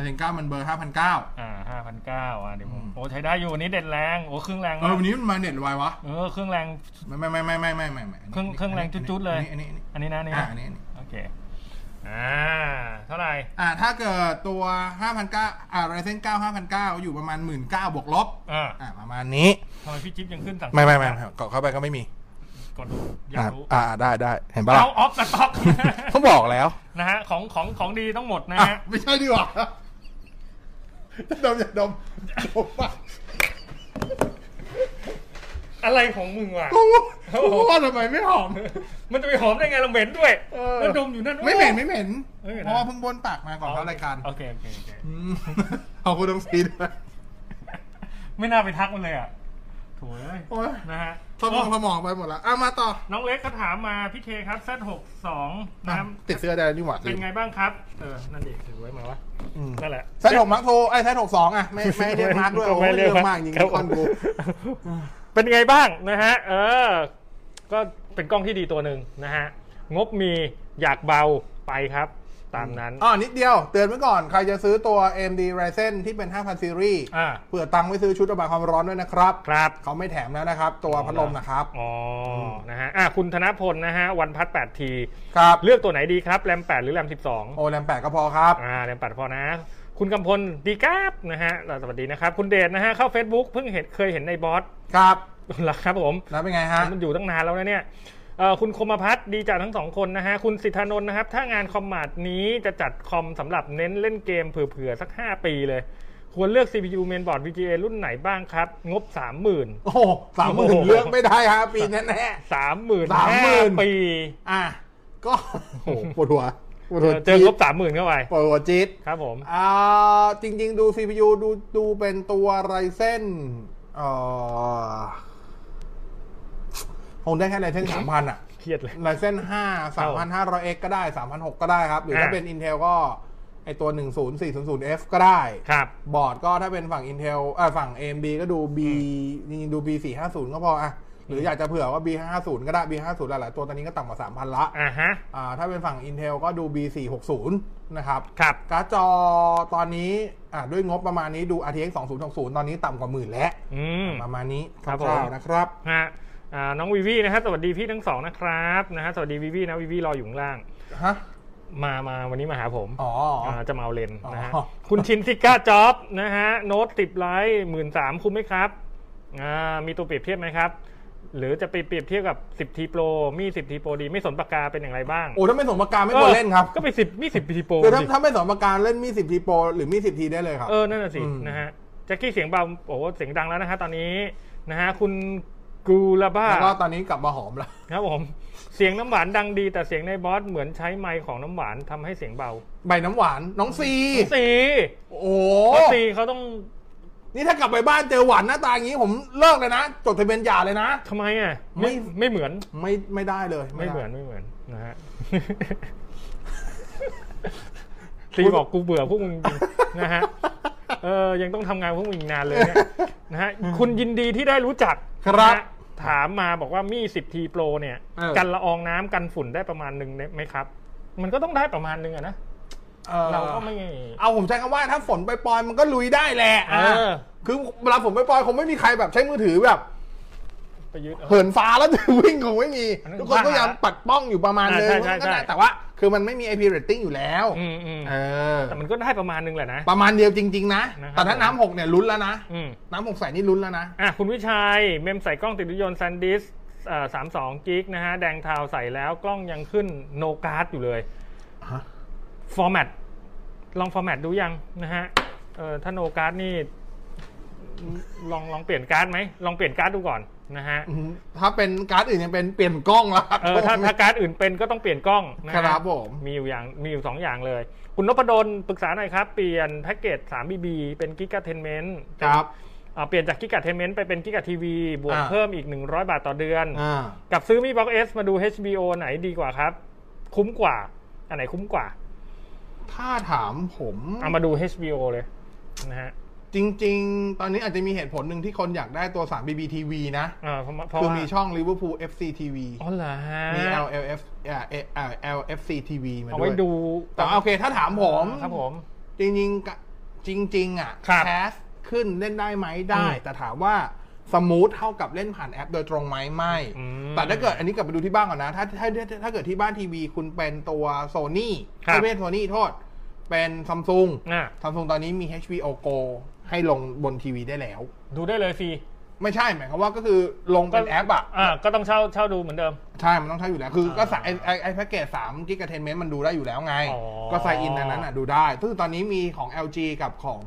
Speaker 3: นาเซนเก้ามันเบอร์ห้าพันเก้า
Speaker 4: อ่าห้าพันเก้าอ่ะเดี๋ยวผม
Speaker 3: อืม
Speaker 4: โอ้ใช้ได้อยู่วันนี้เด็ดแรงโอ้เครื่องแรง
Speaker 3: เออวันนี้มันมาเน็ตไววะ
Speaker 4: เออเครื่องแรง
Speaker 3: ไม่ไม่ไม่ไม่ไม่ไม่ไม่ไม่
Speaker 4: เครื่องเครื่องแรงจุดๆเลย
Speaker 3: อันนี้อันนี้
Speaker 4: อันนี้นะอัน
Speaker 3: อ่าอัน
Speaker 4: นี้นะ
Speaker 3: นี้อันนี้
Speaker 4: โอเคอ่าเท่าไหร่
Speaker 3: อ่าถ้าเกิดตัวห้าพันเก้าอ่าไรเซนเก้าห้าพันเก้าอยู่ประมาณหมื่นเก้าบวกลบ
Speaker 4: อ่า
Speaker 3: อ่าประมาณนี้
Speaker 4: ทำไมพี่จิ๊บยังขึ้นสั่ง
Speaker 3: ไม่ไม่ไม่กดเข้าไปก็ไม่มี
Speaker 4: กดดูอยา
Speaker 3: อ่าก
Speaker 4: รู้
Speaker 3: อ่าได้ได้เห็นปะล่ะ
Speaker 4: เอาออฟสต็อก
Speaker 3: เขาบอกแล้ว
Speaker 4: นะฮะของของของดีต้องหมดนะ
Speaker 3: อ่ะ
Speaker 4: ฮะ
Speaker 3: ไม่ใช่ดีกว่าจะดมอย่าดมดมปะ
Speaker 4: อะไรของมึงวะ
Speaker 3: โอ้โหพ่อทำไมไม่หอม
Speaker 4: มันจะไปหอมได้ไงเราเหม็นด้วย
Speaker 3: เออ
Speaker 4: แล้วดมอยู่นั่น
Speaker 3: ไม่เหม็นไม่เหม็น
Speaker 4: เอ้ยนะ
Speaker 3: เพราะว่าเพิ่งบ้วนปากมาก่อนเข้ารายการ
Speaker 4: โอเคโอเคโอเค
Speaker 3: อืมเอาคุณต้องซีดวย
Speaker 4: ไม่น่าไปทักมันเลยอ่ะโถูเอ้ย
Speaker 3: โอ้ย
Speaker 4: นะฮะ
Speaker 3: สมองสมองไปหมดละอ่ะมาต่อ
Speaker 4: น้องเล็กก็ถามมาพี่เคครับ Z62 นะครับ
Speaker 3: อ่ะติดเสื้อได้แล้วนี่หว่า
Speaker 4: เป็นไงบ้างครับ เออ นั่นดิถือไว้มาวะ
Speaker 3: อืม
Speaker 4: นั่นแหละ
Speaker 3: แซดหกมาร์กโทไอ้ยแซดหกสองอ่ะไม่ไม่เรียกมาร์กด้วยโอ้ยเรียกมากจริงๆคอนกู
Speaker 4: เป็นไงบ้างนะฮะ เออ ก็เป็นกล้องที่ดีตัวหนึ่งนะฮะ งบมีอยากเบาไปครับ ตามนั้น
Speaker 3: อ๋อนิดเดียว เตือนไว้ก่อนใครจะซื้อตัว AMD Ryzen ที่เป็น 5,000 ซีรีส์
Speaker 4: อ่า
Speaker 3: เผื่อตังค์ไว้ซื้อชุดระบายความร้อนด้วยนะครับ
Speaker 4: ครับ
Speaker 3: เขาไม่แถมแล้วนะครับ ตัวพัดลมนะครับ
Speaker 4: อ๋อ นะฮะ อ่ะคุณธนพลนะฮะ วันพัด8ที
Speaker 3: ครับ
Speaker 4: เลือกตัวไหนดีครับแรม 8 หรือแรม
Speaker 3: โอแรมแปดก็พอครับ
Speaker 4: 12 อ่าแรม 8 พอนะ คุณกำพลดีครับนะฮะสวัสดีนะครับ คุณเดชนะฮะ เข้า Facebook เพิ่งเห็นเคยเห็นในบอส
Speaker 3: ครับ
Speaker 4: หรอครับผม
Speaker 3: แล้วเป็นไงฮะ
Speaker 4: มันอยู่ตั้งนานแล้วนะเนี่ยเอ่อคุณคมพัฒน์ดีจากทั้งสองคนนะฮะ คุณสิทธานนท์นะครับ ถ้างานคอมมาดนี้จะจัดคอมสำหรับเน้นเล่นเกมเผื่อๆ สัก 5 ปีเลย ควรเลือก CPU mainboard VGA รุ่นไหนบ้างครับ งบ 30,000
Speaker 3: โอ้โหสามหมื่นเลือกไม่ได้ฮะปีแน่แน่
Speaker 4: 30,000
Speaker 3: 30,000
Speaker 4: ปี
Speaker 3: ๆอ่ะ ก็โอ้โหปวดหัวปวดหัว
Speaker 4: เจอง
Speaker 3: จี๊
Speaker 4: บ
Speaker 3: ด
Speaker 4: 30,000เข้าไป
Speaker 3: ปวดหัวจี๊ด
Speaker 4: ครับผม
Speaker 3: อ่าจริง ๆ ดู CPU ดูดูเป็นตัวไรเส้นเอ่อคงได้แค่ไรเส้นสามพันอะ
Speaker 4: เครียดเลย
Speaker 3: ไรเส้นห้าสามพันห้าร้อยเอ็กก็ได้สามพันหกก็ได้ครับ หรือถ้า
Speaker 4: อ่ะ
Speaker 3: เป็น Intel ก็ ไอตัวหนึ่งศูนย์สี่ศูนย์ศูนย์ F ก็ได้
Speaker 4: ครับ
Speaker 3: บอร์ดก็ถ้าเป็นฝั่ง Intel เอ่อฝั่ง AMD ก็ดู B จริงๆดู B 4 5 0ก็พออะหรืออยากจะเผื่อว่า B 5 5 0ก็ได้ B 5 0หลายๆตัวตอนนี้ก็ต่ำกว่า 3,000 ละ
Speaker 4: อ่าฮะ
Speaker 3: อ่าถ้าเป็นฝั่ง Intel ก็ดู B 4 6 0นะครับ
Speaker 4: ครับ
Speaker 3: การ์ดจอตอนนี้อ่าด้วยงบประมาณนี้ดู RTX 2060 ตอนนี้ต่ำกว่าหมื่นแล้ว
Speaker 4: อืม
Speaker 3: ประมาณนี้
Speaker 4: ครับผ
Speaker 3: ค
Speaker 4: ม
Speaker 3: ร่าวๆนะครับ
Speaker 4: ฮะอ่าน้องวีวีนะฮะ สวัสดีพี่ทั้งสองนะครับนะฮะ สวัสดีวีวีนะวีวีรออยู่ข้างล่าง
Speaker 3: ฮะ
Speaker 4: มามาวันนี้มาหาผม
Speaker 3: อ๋อ
Speaker 4: าจะมาเอาเลนส์นะฮะ
Speaker 3: อ๋อ
Speaker 4: คุณชินซิก้าจ็อบนะฮะ โน้ตติดไลท์หมื่นสามคุ้มไหมครับอ่ามีตัวเปรียบเทียบไหมครับ หรือจะไปเปรียบเทียบกับ 10 t Pro มี 10 t Pro ดี ไม่สนปากกาเป็นอย่างไรบ้าง
Speaker 3: โอ้ถ้าไม่สมประการไม่ควรเล่นครับ
Speaker 4: ก็ไป10มี 10 t Pro
Speaker 3: คือถ้า
Speaker 4: ดิ
Speaker 3: ถ้าไม่สมประการเล่นมี 10T Pro หรือมี 10T ได้เลยครับ
Speaker 4: เออ นั่นน่ะสิ
Speaker 3: อืม
Speaker 4: นะฮะแจ็คกี้เสียงเบาโอ้โหเสียงดังแล้วนะฮะตอนนี้นะฮะ คุณกูลาบ้า
Speaker 3: แล้วก็ตอนนี้กลับมาหอมแล้ว
Speaker 4: ครับผม เสียงน้ำหวานดังดี แต่เสียงในบอสเหมือนใช้ไมค์ของน้ำหวานทำให้เสียงเบา
Speaker 3: ใบน้ำหวานน้องซี
Speaker 4: สี
Speaker 3: โอ้
Speaker 4: เขาสีเขาต้อง
Speaker 3: นี่ถ้ากลับไปบ้านเจอหวานหน้าตาอย่างนี้ผมเลิกเลยนะ จดทะเบียนหย่าเลยนะ
Speaker 4: ทำไมอ่ะ
Speaker 3: ไม่
Speaker 4: ไม่ไม่เหมือน
Speaker 3: ไม่ไม่ได้เลย
Speaker 4: ไม่
Speaker 3: ด้
Speaker 4: เหมือนไม่เหมือนนะฮะ ซีบอกกูเบื่อพวกมึงจริง นะฮ ะเออยังต้องทำงานพวกมึงอีกนานเลยเนี่ยนะฮะคุณยินดีที่ได้รู้จัก
Speaker 3: ครับ
Speaker 4: นะฮะถามมาบอกว่ามีสิบทีโปรเนี่ย
Speaker 3: เออ
Speaker 4: กันละอองน้ำกันฝุ่นได้ประมาณหนึ่งไหมครับ มันก็ต้องได้ประมาณหนึ่งอะนะ
Speaker 3: อ่อ
Speaker 4: เราก็ไม่
Speaker 3: เอาผมใช้คำว่าถ้าฝนปล่อยๆมันก็ลุยได้แหละอ่ะ
Speaker 4: เออ
Speaker 3: คือเวลาฝนปล่อยๆคงไม่มีใครแบบใช้มือถือแบบ
Speaker 4: ไปยึดเอา
Speaker 3: เหินฟ้าแล้ว วิ่งคงไม่มี
Speaker 4: อันนั้น
Speaker 3: ทุกคนก็พยายามปัดป้องอยู่ประมาณนึง
Speaker 4: อ่าใช่ใช่ใช่
Speaker 3: แต่ว่า คือมันไม่มี IP rating อยู่แล้ว
Speaker 4: อืมอืม
Speaker 3: เออ
Speaker 4: แต่มันก็ได้ประมาณหนึ่งแหละนะ
Speaker 3: ประมาณเดียวจริง ๆ นะ
Speaker 4: นะครับ
Speaker 3: แต่ถ้าน้ำหกเนี่ยลุ้นแล้วนะ
Speaker 4: อืม
Speaker 3: น้ำหกใส่นี่ลุ้นแล้วนะ
Speaker 4: อ่ะคุณวิชัยเมมใส่กล้องติดรถยนต์ซันดิสสามสองกิกนะฮะ แดงเทาใส่แล้วกล้องยังขึ้นโนการ์ดอยู่เลย
Speaker 3: ฮะ
Speaker 4: ฟอร์แมตลองฟอร์แมตดูยังนะฮะเออถ้าโนการ์ดนี่ลองลองเปลี่ยนการ์ดไหมลองเปลี่ยนการ์ดดูก่อนนะฮะ
Speaker 3: อืมถ้าเป็นการ์ดอื่นยังเป็นเปลี่ยนกล้องแล้วครับ
Speaker 4: เออถ้าถ้าการ์ดอื่นเป็นก็ต้องเปลี่ยนกล้องนะฮะ
Speaker 3: ครับผม
Speaker 4: มีอยู่อย่างมีอยู่สองอย่างเลย คุณนพดลปรึกษาหน่อยครับ เปลี่ยนแพ็กเกจ 3BB เป็นกิกะเทนเมนต์
Speaker 3: ครับ
Speaker 4: อ่าเปลี่ยนจากกิกะเทนเมนต์ไปเป็นกิกะทีวีบวก
Speaker 3: อ่า
Speaker 4: เพิ่มอีก 100 บาทต่อเดือน
Speaker 3: อ่า
Speaker 4: กับซื้อมีบ็อกเอสมาดู HBO ไหนดีกว่าครับ คุ้มกว่า อันไหนคุ้มกว่า
Speaker 3: ถ้าถามผม
Speaker 4: เอามาดู HBO เลยนะฮะ
Speaker 3: จริง ๆ ตอนนี้อาจจะมีเหตุผลหนึ่งที่คนอยากได้ตัว3 BBTV นะ
Speaker 4: อ่าเพราะเพราะ
Speaker 3: คือ
Speaker 4: ว่า
Speaker 3: มีช่อง Liverpool FC TV
Speaker 4: อ๋อเหรอฮะ
Speaker 3: มี LLF อ่า LFC TV มา
Speaker 4: เอา
Speaker 3: ด้ว
Speaker 4: ไว้
Speaker 3: ย
Speaker 4: ดู
Speaker 3: แต่ว่าโอเคถ้าถามผม
Speaker 4: ครับผม
Speaker 3: จริงๆกะจริง ๆ อ่ะ
Speaker 4: ครับ
Speaker 3: แคสขึ้นเล่นได้ไหมได้
Speaker 4: อืม
Speaker 3: แต่ถามว่าสมูทเท่ากับเล่นผ่านแอปโดยตรงไหมไม่
Speaker 4: อืม
Speaker 3: แต่ถ้าเกิดอันนี้กลับไปดูที่บ้านก่อนนะ ถ้าถ้าถ้าถ้าเกิดที่บ้านทีวีคุณเป็นตัวโซนี่
Speaker 4: ครับ
Speaker 3: ไม่ใช่โซนี่โทษ เป็นซัมซุง
Speaker 4: อ่ะ
Speaker 3: ซัมซุงตอนนี้มี HBO Go ให้ลงบนทีวีได้แล้ว
Speaker 4: ดูได้เลยฟรี
Speaker 3: ไม่ใช่หมายความว่าก็คือลงเป็นแอปอ่ะ
Speaker 4: อ่าก็ต้องเช่าเช่าดูเหมือนเดิม
Speaker 3: ใช่ มันต้องใช้อยู่แล้ว คือก็สาย
Speaker 4: อ่า
Speaker 3: ไอ้ไอ้แพ็กเกจสามกิกะเทนเมนต์มันดูได้อยู่แล้วไง
Speaker 4: อ๋อ
Speaker 3: ก็ไซน์อินอันนั้นอ่ะดูได้ ซึ่งตอนนี้มีของ LG กับของ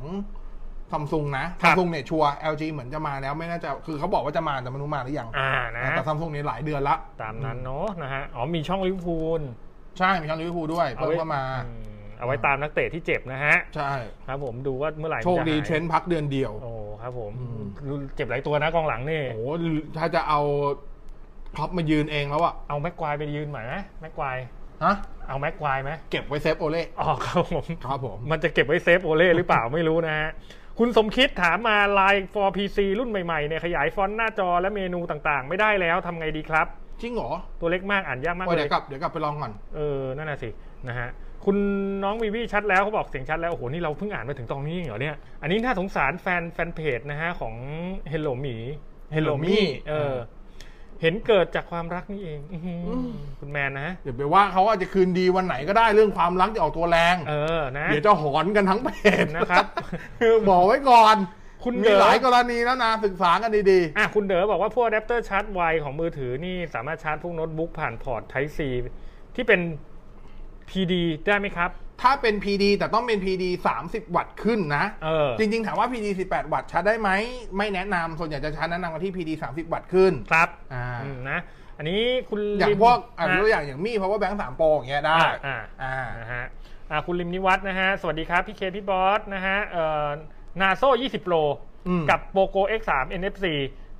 Speaker 3: ซัมซุงนะ
Speaker 4: ครั
Speaker 3: ซั
Speaker 4: บ
Speaker 3: มซุงเนี่ยชัวร์ LG เหมือนจะมาแล้วไม่น่าจะ คือเขาบอกว่าจะมาแต่ไมันรู้มาหรือยัง
Speaker 4: อ่านะ
Speaker 3: แต่ซัมซุงเนี่ยหลายเดือนละ
Speaker 4: ตามนั้นเนาะนะฮะอ๋อมีช่องลิเวอร์พูล
Speaker 3: ใช่ มีช่องลิเวอร์พูลด้วย เพิ่มเข้ามา
Speaker 4: อืมเอาไว้ตามนักเตะที่เจ็บนะฮะ
Speaker 3: ใช่
Speaker 4: ครับผมดูว่าเมื่อไหร่มัน
Speaker 3: โชค
Speaker 4: จะ
Speaker 3: ดี
Speaker 4: หาย
Speaker 3: เทรนด์พักเดือนเดียว
Speaker 4: โอ้ครับผม
Speaker 3: อืม
Speaker 4: รู้เจ็บหลายตัวนะกองหลังนี่
Speaker 3: โอ้โหถ้าจะเอาครอปมายืนเองแล้วอะ
Speaker 4: เอาแม็กควายไปยืนหน่อยไหมแม็กควาย
Speaker 3: ฮะ
Speaker 4: เอาแม็กควายไหม
Speaker 3: เก็บไว้เซฟโอเล่
Speaker 4: อ๋อครับผม
Speaker 3: ครับผม
Speaker 4: มันจะเก็บไว้เซฟโอเล่หรือเปล่า ไม่รู้นะฮะ คุณสมคิดถามมาไลน์ for PC รุ่นใหม่ๆเนี่ยขยายฟอนต์หน้าจอและเมนูต่างๆ ไม่ได้แล้วทำไงดีครับ
Speaker 3: จริงเหรอ
Speaker 4: ตัวเล็กมากอ่านยากมาก
Speaker 3: โอ้ย
Speaker 4: เล
Speaker 3: เดี๋ย
Speaker 4: ยว
Speaker 3: กลับเดี๋ยวกลับไปลองก่อน
Speaker 4: เออ นั่นน่ะสิ นะฮะ คุณน้องวีวีชัดแล้วเขาบอกเสียงชัดแล้ว โอ้โห นี่เราเพิ่งอ่านมาถึงตรงนี้เองเหรอเนี่ย อันนี้น่าสงสารแฟนแฟนเพจนะฮะของ Hello หมี Hello หมี
Speaker 3: Hello
Speaker 4: เออ เห็นเกิดจากความรักนี่เองอื้อหือคุณแมนนะ
Speaker 3: เดี๋ยวไปว่าเขาอาจจะคืนดีวันไหนก็ได้เรื่องความรักจะออกตัวแรง
Speaker 4: เออ นะ
Speaker 3: เดี๋ยวจะหอนกันทั้งเพจ
Speaker 4: นะครับ
Speaker 3: คือบอกไว้ก่อน
Speaker 4: คุณ
Speaker 3: มี
Speaker 4: เด๋
Speaker 3: หลายก
Speaker 4: อ
Speaker 3: รณีแล้วนะศึกษากันดี
Speaker 4: อ่ะคุณเด๋อบอกว่าพวกอะแดปเตอร์ชาร์จไวของมือถือนี่สามารถชาร์จพวกโน้ตบุ๊กผ่านพอร์ต Type C ที่เป็น PD ได้ไหมครับ
Speaker 3: ๆ ถ้าเป็น PD แต่ต้องเป็น PD 30 วัตต์ขึ้นนะ
Speaker 4: เออ
Speaker 3: จริงๆ ถามว่า PD 18 วัตต์ชาร์จได้ไหม ไม่แนะนำส่วนใหญ่จะชาร์จแนะนำกันที่ PD 30 วัตต์ขึ้น
Speaker 4: ครับ
Speaker 3: อ่า
Speaker 4: อืมนะ อันนี้คุณ
Speaker 3: อย่าง
Speaker 4: ลิม
Speaker 3: พวกอ่ะ
Speaker 4: นะ
Speaker 3: ตัวอย่างอย่างมี่เพราะว่าแบงค์สามโปรอย่างเงี้ยได้
Speaker 4: อ่าอ่า
Speaker 3: อ่า
Speaker 4: นะฮะอ่ะคุณลิมนิวัฒน์นะฮะ สวัสดีครับ พี่เคพี่บอสนะฮะเอ่อนาโซ่20 Pro
Speaker 3: อืม
Speaker 4: กับโปโก X3 NFC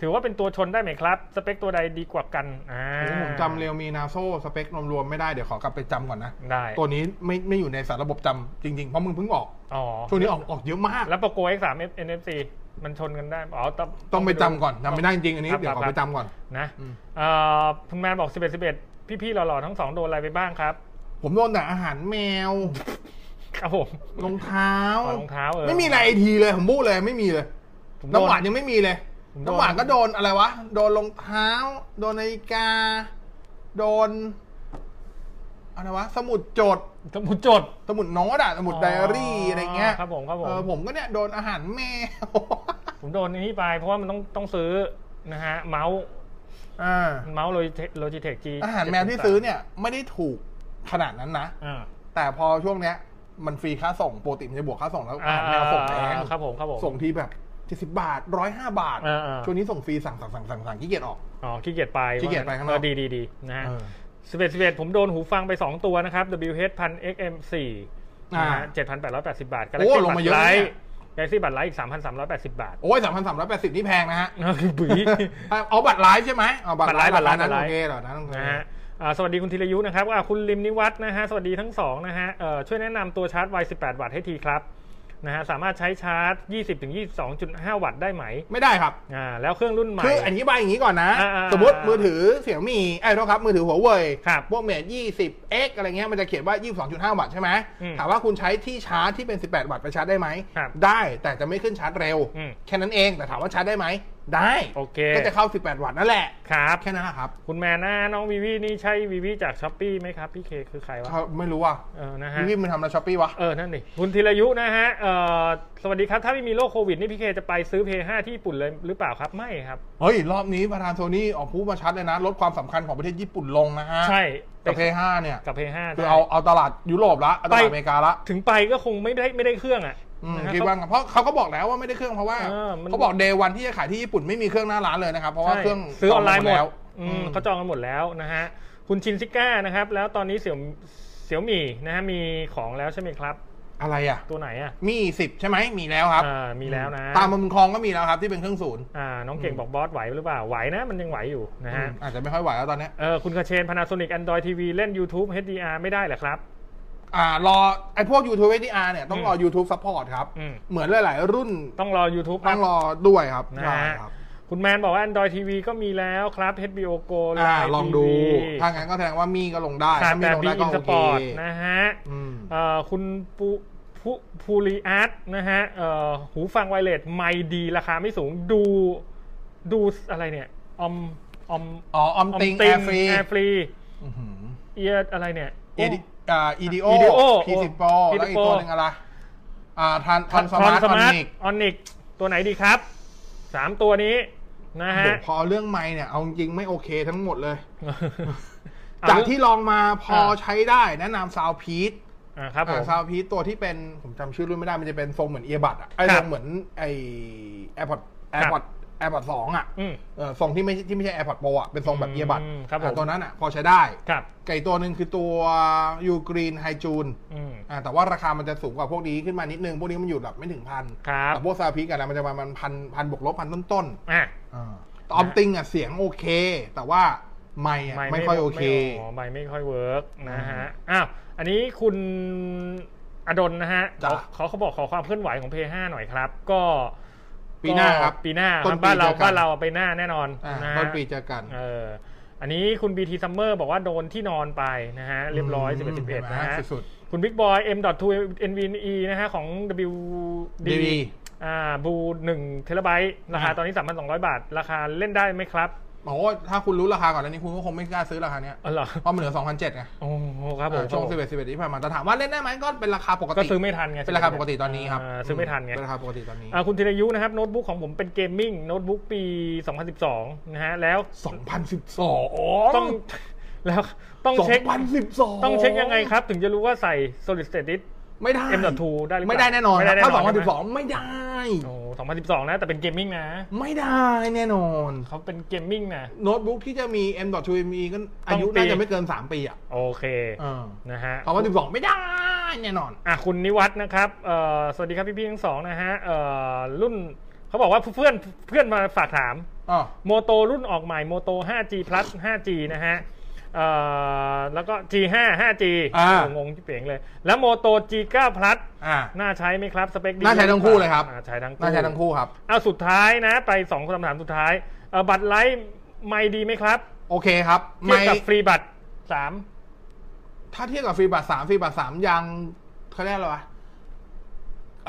Speaker 4: ถือว่าเป็นตัวชนได้ไหมครับ สเปคตัวใดดีกว่ากันอ่า
Speaker 3: โอ้โหผมจำเร็วมีนาโซสเปครวมๆไม่ได้เดี๋ยวขอกลับไปจำก่อนนะ
Speaker 4: ได้
Speaker 3: ตัวนี้ไม่ไม่อยู่ในสารระบบจำจริงๆ เพราะมึงเพิ่งออก
Speaker 4: อ๋อ
Speaker 3: ช่วงนี้ออกออกเยอะมาก
Speaker 4: แล้วโปรโก X3 NFC มันชนกันได้ อ๋อ ต้อง
Speaker 3: ต้องไปจำก่อนจำไม่ได้จริงๆอันนี้
Speaker 4: ครับ
Speaker 3: เดี๋ยวขอ
Speaker 4: ค
Speaker 3: ไป
Speaker 4: รับ
Speaker 3: จำก่อน
Speaker 4: นะ
Speaker 3: อืม
Speaker 4: เอ่อคุณแมนบอก 11 11 พี่ๆหล่อๆ ทั้งสองโดนอะไรไปบ้างครับ
Speaker 3: ผมโดนแต่อาหารแมว
Speaker 4: ครับผม
Speaker 3: รองเท้า
Speaker 4: อ๋อรองเท้าเออ
Speaker 3: ไม่มีอะไรไอทีเลยผมพูดเลยไม่มีเลย
Speaker 4: ผมโดน
Speaker 3: น้ำหวานยังไม่มีเลย
Speaker 4: ผมโดน
Speaker 3: น้ำหวานก็โดนอะไรวะ โดนรองเท้า โดนนาฬิกา โดนอะไรวะ สมุดจด
Speaker 4: สมุดจด
Speaker 3: สมุดโน้ตอะสมุดไดอารี่อะไรเงี้ย
Speaker 4: ครับผมครับผม
Speaker 3: เออผมก็เนี่ยโดนอาหารแมว
Speaker 4: ผมโดนอันนี้ไป เพราะว่ามันต้องต้องซื้อนะฮะ เมาส์
Speaker 3: อ่า
Speaker 4: เมาส์โลจิโลจิเทคจี
Speaker 3: อาหารแมวที่ซื้อเนี่ย ไม่ได้ถูกขนาดนั้นนะ
Speaker 4: อ่า
Speaker 3: แต่พอช่วงเนี้ยมันฟรีค่าส่งโปรติมันจะบวกค่าส่งแล้วอาหารแมวส่งแพง
Speaker 4: ครับผมครับผม
Speaker 3: ส่งทีแบบ 70 บาท 105 บาท
Speaker 4: เออเออ
Speaker 3: ช่วงนี้ส่งฟรีสั่งสั่งสั่งสั่งสั่งขี้เกียจออก
Speaker 4: อ๋อขี้เกียจไป
Speaker 3: ขี้เกียจไปข้างนอก
Speaker 4: เดีดีดีนะฮะ
Speaker 3: เออ
Speaker 4: สิบเอ็ดสิบเอ็ดผมโดนหูฟังไป 2 ตัวนะครับ WH พัน XM สี่
Speaker 3: อ่า
Speaker 4: เจ็ดพันแปดร้อยแปดสิบาท
Speaker 3: โอ้
Speaker 4: Galaxy
Speaker 3: ลง
Speaker 4: บั
Speaker 3: มา
Speaker 4: ต
Speaker 3: เย
Speaker 4: ร
Speaker 3: อะ
Speaker 4: ไล
Speaker 3: นะเนี่ย
Speaker 4: ท์ Galaxy บัตรไลท์อีกสามพันสามร้อยแปดสิบาท
Speaker 3: โอ้ย 3,380 นี่แพงนะฮะ
Speaker 4: คือบุ๋ย
Speaker 3: เอาบัตรไลฟ์ใช่ไหมเอาบัตรไลฟ์
Speaker 4: บั
Speaker 3: บัต
Speaker 4: ต
Speaker 3: ร
Speaker 4: ร
Speaker 3: ไล
Speaker 4: ไล
Speaker 3: ฟ์นั้นโอ
Speaker 4: ฟ์บัตรไลฟ์
Speaker 3: เคเหรอนั้นโอเค
Speaker 4: นะฮะ อ่าสวัสดีคุณธีรยุนะครับอ่าคุณลิมนิวัฒน์นะฮะสวัสดีทั้งสองนะฮะเอ่อช่วยแนะนำตัวชาร์จไว18 วัตต์ให้ทีครับนะฮะสามารถใช้ชาร์จ 20-22.5 วัตต์ได้ไหม
Speaker 3: ไม่ได้ครับ
Speaker 4: อ่าแล้วเครื่องรุ่นใหม่
Speaker 3: คืออธิบายอย่างนี้ก่อนนะ
Speaker 4: อ่าๆ
Speaker 3: สมมติมือถือเสี่ยมีไอ้ยโทษครับมือถือหัวเว่ย
Speaker 4: ครับ
Speaker 3: พวกเมท20 x อะไรเงี้ยมันจะเขียนว่า 22.5 วัตต์ใช่ไหม
Speaker 4: อืม
Speaker 3: ถามว่าคุณใช้ที่ชาร์จที่เป็น 18 วัตต์ไปชาร์จได้ไหม
Speaker 4: ครับ
Speaker 3: ได้แต่จะไม่ขึ้นชาร์จเร็ว
Speaker 4: อืม
Speaker 3: แค่นั้นเองแต่ถามว่าชาร์จได้ไหม ได้
Speaker 4: โอเค
Speaker 3: ก็จะเข้า 18 วัตต์นั่นแหละ
Speaker 4: ครับ
Speaker 3: แค่นั้นแหละครับ
Speaker 4: คุณแม่หน้าน้องวิวีนี่ใช่วิวีจากช้อปปีไหมครับ พี่เคคือใครวะ
Speaker 3: เขาไม่รู้ว่า
Speaker 4: เออนะฮะ
Speaker 3: วิวมันทำอะไรช้อปปี้วะ
Speaker 4: เออ นั่นดิคุณธีรยุนะฮะเอ่อสวัสดีครับ ถ้าไม่มีโรคโควิด นี่พี่เคจะไปซื้อเพย์5ที่ญี่ปุ่นเลยหรือเปล่าครับ ไม่ครับ
Speaker 3: เฮ้ย รอบนี้ประธานโทนี่ออกพูดมาชัดเลยนะลดความสำคัญของประเทศญี่ปุ่นลงนะฮะ
Speaker 4: ใช่
Speaker 3: กับเพย์ห้าเนี่ย
Speaker 4: กับเพย์5
Speaker 3: คือเอาเอาตลาดยุโรปละเอาตลาด
Speaker 4: ไป
Speaker 3: อเมริกาละ
Speaker 4: ถึงไปก็คงไม่ได้ไม่ได้เครื่องอ่ะ
Speaker 3: อืม
Speaker 4: นะฮะ
Speaker 3: คิดว่างั้นเพราะเขาก็บอกแล้วว่าไม่ได้เครื่องเพราะว่า
Speaker 4: เออมัน
Speaker 3: เขาบอกเดวันที่จะขายที่ญี่ปุ่นไม่มีเครื่องหน้าร้านเลยนะครับเพราะว่า
Speaker 4: ใช่
Speaker 3: เครื่อง
Speaker 4: ซื้อออนไลน์หม
Speaker 3: จ
Speaker 4: ด
Speaker 3: งาแล้ว
Speaker 4: อื
Speaker 3: อื
Speaker 4: ม
Speaker 3: ม
Speaker 4: เขาจองกันหมดแล้วนะฮะ คุณชินซิก้านะครับ แล้วตอนนี้เสี่ยวเสี่ยวมี่นะฮะมีของแล้วใช่ไหมครับ
Speaker 3: อะไรอ่ะ
Speaker 4: ตัวไหนอ่ะ
Speaker 3: มีสิบใช่ไหมมีแล้วครับ
Speaker 4: อ่ามีแล้วนะ
Speaker 3: ตามมุมคลองก็มีแล้วครับที่เป็นเครื่องศูนย์
Speaker 4: อ่าน้องเก่งบอกบอสไหวหรือเปล่าไหวนะมันยังไหวอยู่นะฮะ
Speaker 3: อืมอาจจะไม่ค่อยไหวแล้วตอนเนี้ย
Speaker 4: เออคุณกระเชน Panasonic Android TV เล่น YouTube HDR ไม่ได้เหรอครับ
Speaker 3: อ่ารอไอ้พวก YouTube HDR เนี่ยต้องรออ
Speaker 4: ม
Speaker 3: YouTube Support ครับ
Speaker 4: อืม
Speaker 3: เหมือนหลาย ๆ รุ่น
Speaker 4: ต้องรอ YouTube
Speaker 3: ต้องรอด้วยครับ
Speaker 4: นะ
Speaker 3: ได้
Speaker 4: ฮะ
Speaker 3: ครับ
Speaker 4: คุณแมนบอกว่า Android TV ก็มีแล้วครับ HBO Go
Speaker 3: อ่า
Speaker 4: Line
Speaker 3: ลองดู
Speaker 4: TV
Speaker 3: ถ้างั้นก็แสดงว่ามีก็ลงได้
Speaker 4: ขาด
Speaker 3: ถ้ามี
Speaker 4: แต่
Speaker 3: ลง
Speaker 4: บี
Speaker 3: ได้
Speaker 4: อิ
Speaker 3: ก็
Speaker 4: นส
Speaker 3: โอ
Speaker 4: ป
Speaker 3: เค
Speaker 4: อร์ตนะฮะ
Speaker 3: อืม
Speaker 4: เอ่อคุณปูผูภูริอาร์ตนะฮะเอ่อหูฟังไวเลสไม่ดีราคาไม่สูงดูดูอะไรเนี่ยอมอม
Speaker 3: อ๋อออมติงแอร์ฟรี
Speaker 4: แอร์ฟรี
Speaker 3: อื้อหือ
Speaker 4: เอียอะไรเนี่ย
Speaker 3: เอดิอ่า EDO P10
Speaker 4: EDO โอ้
Speaker 3: Pro
Speaker 4: P10
Speaker 3: แล้วอีกตัวหนึ่งอะไรอ่าทันทันส
Speaker 4: ท
Speaker 3: มาร์ท
Speaker 4: ส
Speaker 3: ออ
Speaker 4: มาร์ท
Speaker 3: นิก
Speaker 4: ออนิกตัวไหนดีครับสามตัวนี้นะฮะ
Speaker 3: พอเรื่องไม้เนี่ย เอาจริงๆไม่โอเคทั้งหมดเลย
Speaker 4: เอ
Speaker 3: จากที่ลองมาพออา ใช้ได้แนะนำซาวพีท
Speaker 4: อ่าครับผม
Speaker 3: ซาวพีทตัวที่เป็นผมจำชื่อรุ่นไม่ได้มันจะเป็นทรงเหมือนเอียบัดอะไอ
Speaker 4: ค
Speaker 3: ท
Speaker 4: รั
Speaker 3: ร
Speaker 4: บ
Speaker 3: งเหมือนไอแอร์พอร์ต
Speaker 4: ครั
Speaker 3: แอบ ร์พอร์ตแอร์พอร์ตสองอะ
Speaker 4: อืม
Speaker 3: เออทรงที่ไม่ใช่ที่ไม่ใช่แอร์พอร์ตโปรอะเป็นทรงแบบเอียบัด
Speaker 4: อืมครับผม
Speaker 3: ตัวนั้นอะพอใช้ได้
Speaker 4: ครับ
Speaker 3: ไก่ตัวหนึ่งคือตัวยูกรีนไฮจูน
Speaker 4: อืม
Speaker 3: อ่าแต่ว่าราคามันจะสูงกว่าพวกนี้ขึ้นมานิดนึง พวกนี้มันอยู่แบบไม่ถึงพัน
Speaker 4: ครับ
Speaker 3: แต่พวกซาพิกอะไรมันจะประมาณพันพันบวกลบพันต้นต้น
Speaker 4: อ่ะ
Speaker 3: ๆแต่ออมติงอ่ะเสียงโอเค แต่ว่าไม่อะไม่ค่อยโอเค
Speaker 4: อ๋อไม่ไม่ค่อยเวิร์กนะฮะ อ้าว อันนี้คุณอดลนะฮะ
Speaker 3: จ้ะ
Speaker 4: เขาเขาบอกขอความเคลื่อนไหวของ p 5หน่อยครับ ก็
Speaker 3: ปีหน้าครับ
Speaker 4: ปีหน้าค
Speaker 3: ต้
Speaker 4: รั
Speaker 3: น
Speaker 4: บ
Speaker 3: ปี
Speaker 4: บ้านเรา
Speaker 3: เจอกัน
Speaker 4: บ้านเราไปหน้าแน่นอน
Speaker 3: อ่า
Speaker 4: นะฮะ
Speaker 3: ต้นปีเจอกัน
Speaker 4: เออ อันนี้คุณ BT Summer บอกว่าโดนที่นอนไปนะฮะ เรียบร้อย
Speaker 3: อืม
Speaker 4: 11 11นะฮะ
Speaker 3: สุด
Speaker 4: คุณ Big Boy M.2 NVMe นะฮะ ของ W
Speaker 3: DB
Speaker 4: อ่าบูหนึ่งเทราไบต์ราคา
Speaker 3: อ่า
Speaker 4: ตอนนี้ 3,200 บาท ราคาเล่นได้ไหมครับ
Speaker 3: โอ้โหถ้าคุณรู้ราคาก่อนอันนี้คุณก็คงไม่กล้าซื้อราคาเนี้ย
Speaker 4: อ๋อเหรอ
Speaker 3: เพราะมันเหลือ2,007ไง
Speaker 4: โอ้โหครับผม
Speaker 3: อ่าช่วง11 11ที่ผ่านมาแต่ถามว่าเล่นได้ไหมก็เป็นราคาปกติ
Speaker 4: ก็ซื้อไม่ทันไง
Speaker 3: เป็นราคาปกติตอนนี้ครับ
Speaker 4: าซื้อไม่ทันไง
Speaker 3: เป็นราคาปกติตอนนี้
Speaker 4: อ่าคุณธีรยุนะครับโน้ตบุ๊กของผมเป็นเกมมิ่งโน้ตบุ๊กปี 2012 นะฮะ แล้ว
Speaker 3: 2012
Speaker 4: ต้อง แล้วต้องเช็ค
Speaker 3: 2012
Speaker 4: ต้องเช็คยังไงครับ ถึงจะรู้ว่าใส่ solid state disk
Speaker 3: ไม่ได้
Speaker 4: M.2 ได้หรือเปล่า
Speaker 3: ไม่ได้แน่นอน
Speaker 4: ไม่ได้แน่นอน
Speaker 3: ถ้า
Speaker 4: ใช่ไหม
Speaker 3: 2012 ไม่ได้
Speaker 4: โอ้2012 นะ แต่เป็นเกมมิ่งนะ
Speaker 3: ไม่ได้แน่นอน
Speaker 4: เขาเป็นเกมมิ่งนะ
Speaker 3: โน้ตบุ๊กที่จะมี M.2 ME ก็อายุ
Speaker 4: ต้องปี
Speaker 3: น่าจะไม่เกิน 3 ปีอ่ะ
Speaker 4: โอเค
Speaker 3: เออ
Speaker 4: นะฮะ
Speaker 3: 2012 ไม่ได้แน่นอน
Speaker 4: อ่ะคุณนิวัฒน์นะครับเอ่อสวัสดีครับพี่ๆทั้งสองนะฮะเอ่อรุ่นเขาบอกว่าเพื่อนเพื่อนมาฝากถาม
Speaker 3: อ๋อ
Speaker 4: โมโตรุ่นออกใหม่โมโต 5G plus 5G นะฮะเอ่อแล้วก็ G5 5G
Speaker 3: อ่า
Speaker 4: งงที่เป่งเลย แล้วโมโต G9 plus
Speaker 3: อ่า
Speaker 4: น่าใช้ไหมครับ สเปคดี
Speaker 3: น่าใช้ทั้งคู่เลยครับ
Speaker 4: น่าใช้ทั้งคู่
Speaker 3: น่าใช้ทั้งคู่ครับ
Speaker 4: เอาสุดท้ายนะ ไปสองคำถามสุดท้ายเอ่อบัตรไลท์ไม่ดีไหมครับ
Speaker 3: โอเคครับ
Speaker 4: เทียบ
Speaker 3: ไม่
Speaker 4: กับฟรีบัตรสาม
Speaker 3: ถ้าเทียบกับฟรีบัตสามฟรีบัตสามยังเขาเรียกอะไรวะ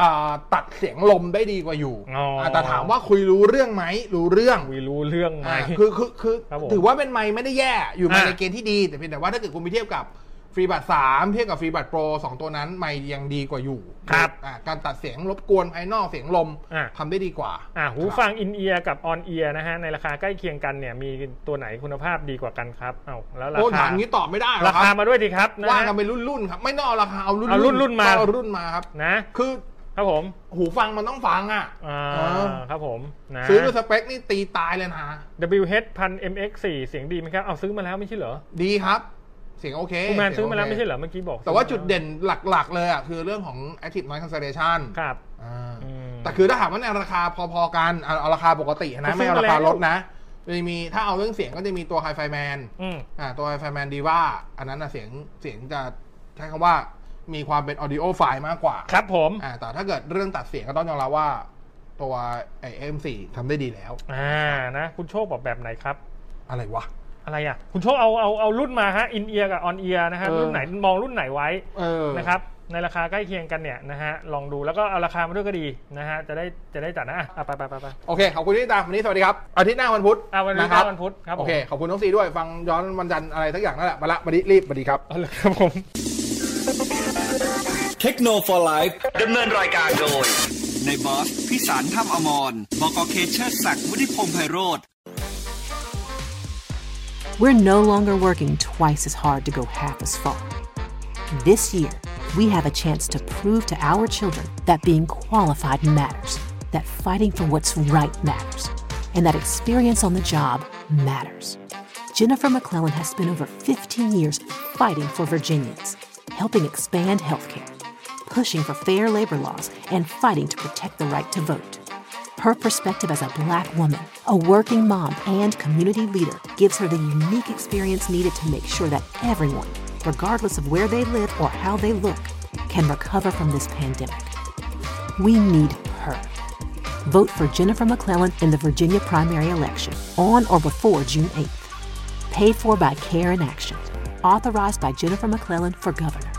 Speaker 3: อ่าตัดเสียงลมได้ดีกว่าอยู่
Speaker 4: อ๋ออ่
Speaker 3: าแต่ถามว่าคุยรู้เรื่องไหม รู้เรื่อง
Speaker 4: วีรู้เรื่องไหม
Speaker 3: อ่าคือคือคือ
Speaker 4: ครับผม
Speaker 3: ถือว่าเป็นไม้ไม่ได้แย่อยู่ไม้
Speaker 4: อ่า
Speaker 3: ในเกณฑ์ที่ดี แต่เพียงแต่ว่าถ้าเกิดคุณไปเทียบกับฟรีบัตสามเทียบกับฟรีบัตโปรสองตัวนั้นไม้ยังดีกว่าอยู่
Speaker 4: ครับ
Speaker 3: อ่าการตัดเสียงรบกวนภายนอกเสียงลม
Speaker 4: อ่า
Speaker 3: ทำได้ดีกว่า
Speaker 4: อ่ะหูฟังอินเอียร์กับออนเอียร์นะฮะ ในราคาใกล้เคียงกันเนี่ยมีตัวไหนคุณภาพดีกว่ากันครับเอาแล้วรา
Speaker 3: โอ้
Speaker 4: คา
Speaker 3: ถามงี้ตอบไม่ได้หร
Speaker 4: รา
Speaker 3: อกค
Speaker 4: คา
Speaker 3: รับ
Speaker 4: มาด้วยดีครับนะ
Speaker 3: ว่า
Speaker 4: ฮะ
Speaker 3: กันเป็นรุ่นรุ่นๆครับ ไม่ต้องเอาราคาเอารุ่น
Speaker 4: เอารุ่นรุ่นมา
Speaker 3: ต้องเอารุ่นมาครับ
Speaker 4: นะ
Speaker 3: คือ
Speaker 4: ครับผม
Speaker 3: หูฟังมันต้องฟังอ่ะ
Speaker 4: อ่า
Speaker 3: เออ
Speaker 4: ครับผมนะ
Speaker 3: ซื้อด้วยสเปคนี่ตีตายเลยนะ
Speaker 4: ฮะ WH พัน MX 4เสียงดีไหมครับเอาซื้อมาแล้วไม่ใช่เหรอ
Speaker 3: ดีครับ เสียงโอเค
Speaker 4: คุณแมน
Speaker 3: เสียง
Speaker 4: ซื้อมาแล้ว
Speaker 3: โเค
Speaker 4: ไม่ใช่เหรอเมื่อกี้บอก
Speaker 3: แต่ว่า
Speaker 4: ซื้อม
Speaker 3: จุดเด่นหลักๆ เลยอ่ะคือเรื่องของ active noise cancellation
Speaker 4: ครับ
Speaker 3: อ่า
Speaker 4: อืม
Speaker 3: แต่คือถ้าถามว่าในราคาพอๆกันเอาเอาราคาปกตินะ
Speaker 4: ก็ซื้
Speaker 3: ไม่
Speaker 4: อ
Speaker 3: เอา
Speaker 4: มา
Speaker 3: ราคา
Speaker 4: แล้ว
Speaker 3: ลดนะ จะมีถ้าเอาเรื่องเสียงก็จะมีตัว Hi-Fi Man
Speaker 4: อืม
Speaker 3: อ่าตัว Hi-Fi Man d i v a อันนั้นนะเสียงเสียงจะใช้คำว่ามีความเป็น Audio File มากกว่า
Speaker 4: ครับผม
Speaker 3: อ่าแต่ถ้าเกิดเรื่องตัดเสียงก็ต้องยอมรับว่าตัวไอเอ็มสี่ทำได้ดีแล้ว
Speaker 4: อ่านะคุณโชคบอกแบบไหนครับ
Speaker 3: อะไรวะ
Speaker 4: อะไรอ่ะ คุณโชคเอาเอาเอารุ่นมาฮะอินเอียกับออนเอียนะฮะ
Speaker 3: เออ
Speaker 4: รุ่นไหนมองรุ่นไหนไว้
Speaker 3: เออ
Speaker 4: นะครับในราคาใกล้เคียงกันเนี่ยนะฮะลองดูแล้วก็เอาราคามาด้วยก็ดีนะฮะจะได้จะได้จัดนะอ่ะอ่ะไปไปไปไป
Speaker 3: โอเค ขอบคุณที่ติดตามวันนี้สวัสดีครับ อาทิตย์หน้าวันพุธ
Speaker 4: อ่ะวันนี้
Speaker 3: ครับ
Speaker 4: วันพุธครับผม
Speaker 3: โอเค ขอบคุณน้องซีด้วยฟังย้อนวันจันทร์อะไรทักอย่างนั่นแหละมาละมาดิรีบมาดีครับ
Speaker 4: เอาละครับผม
Speaker 1: เทคโนโลยีดำเนินรายการโดย ในบอสพิสารถ้ำอมรบอกอเคเชอร์ศักดิ์วุฒิพงษ์ไพโรธ
Speaker 6: we're no longer working twice as hard to go half as far. This year, we have a chance to prove to our children that being qualified matters, that fighting for what's right matters, and that experience on the job matters. Jennifer McClellan has spent over 15 years fighting for Virginians, helping expand healthcare, pushing for fair labor laws, and fighting to protect the right to vote. Her perspective as a black woman, a working mom, and community leader gives her the unique experience needed to make sure that everyone, regardless of where they live or how they look, can recover from this pandemic. We need her. Vote for Jennifer McClellan in the Virginia primary election on or before June 8th. Paid for by Care in Action. Authorized by Jennifer McClellan for governor.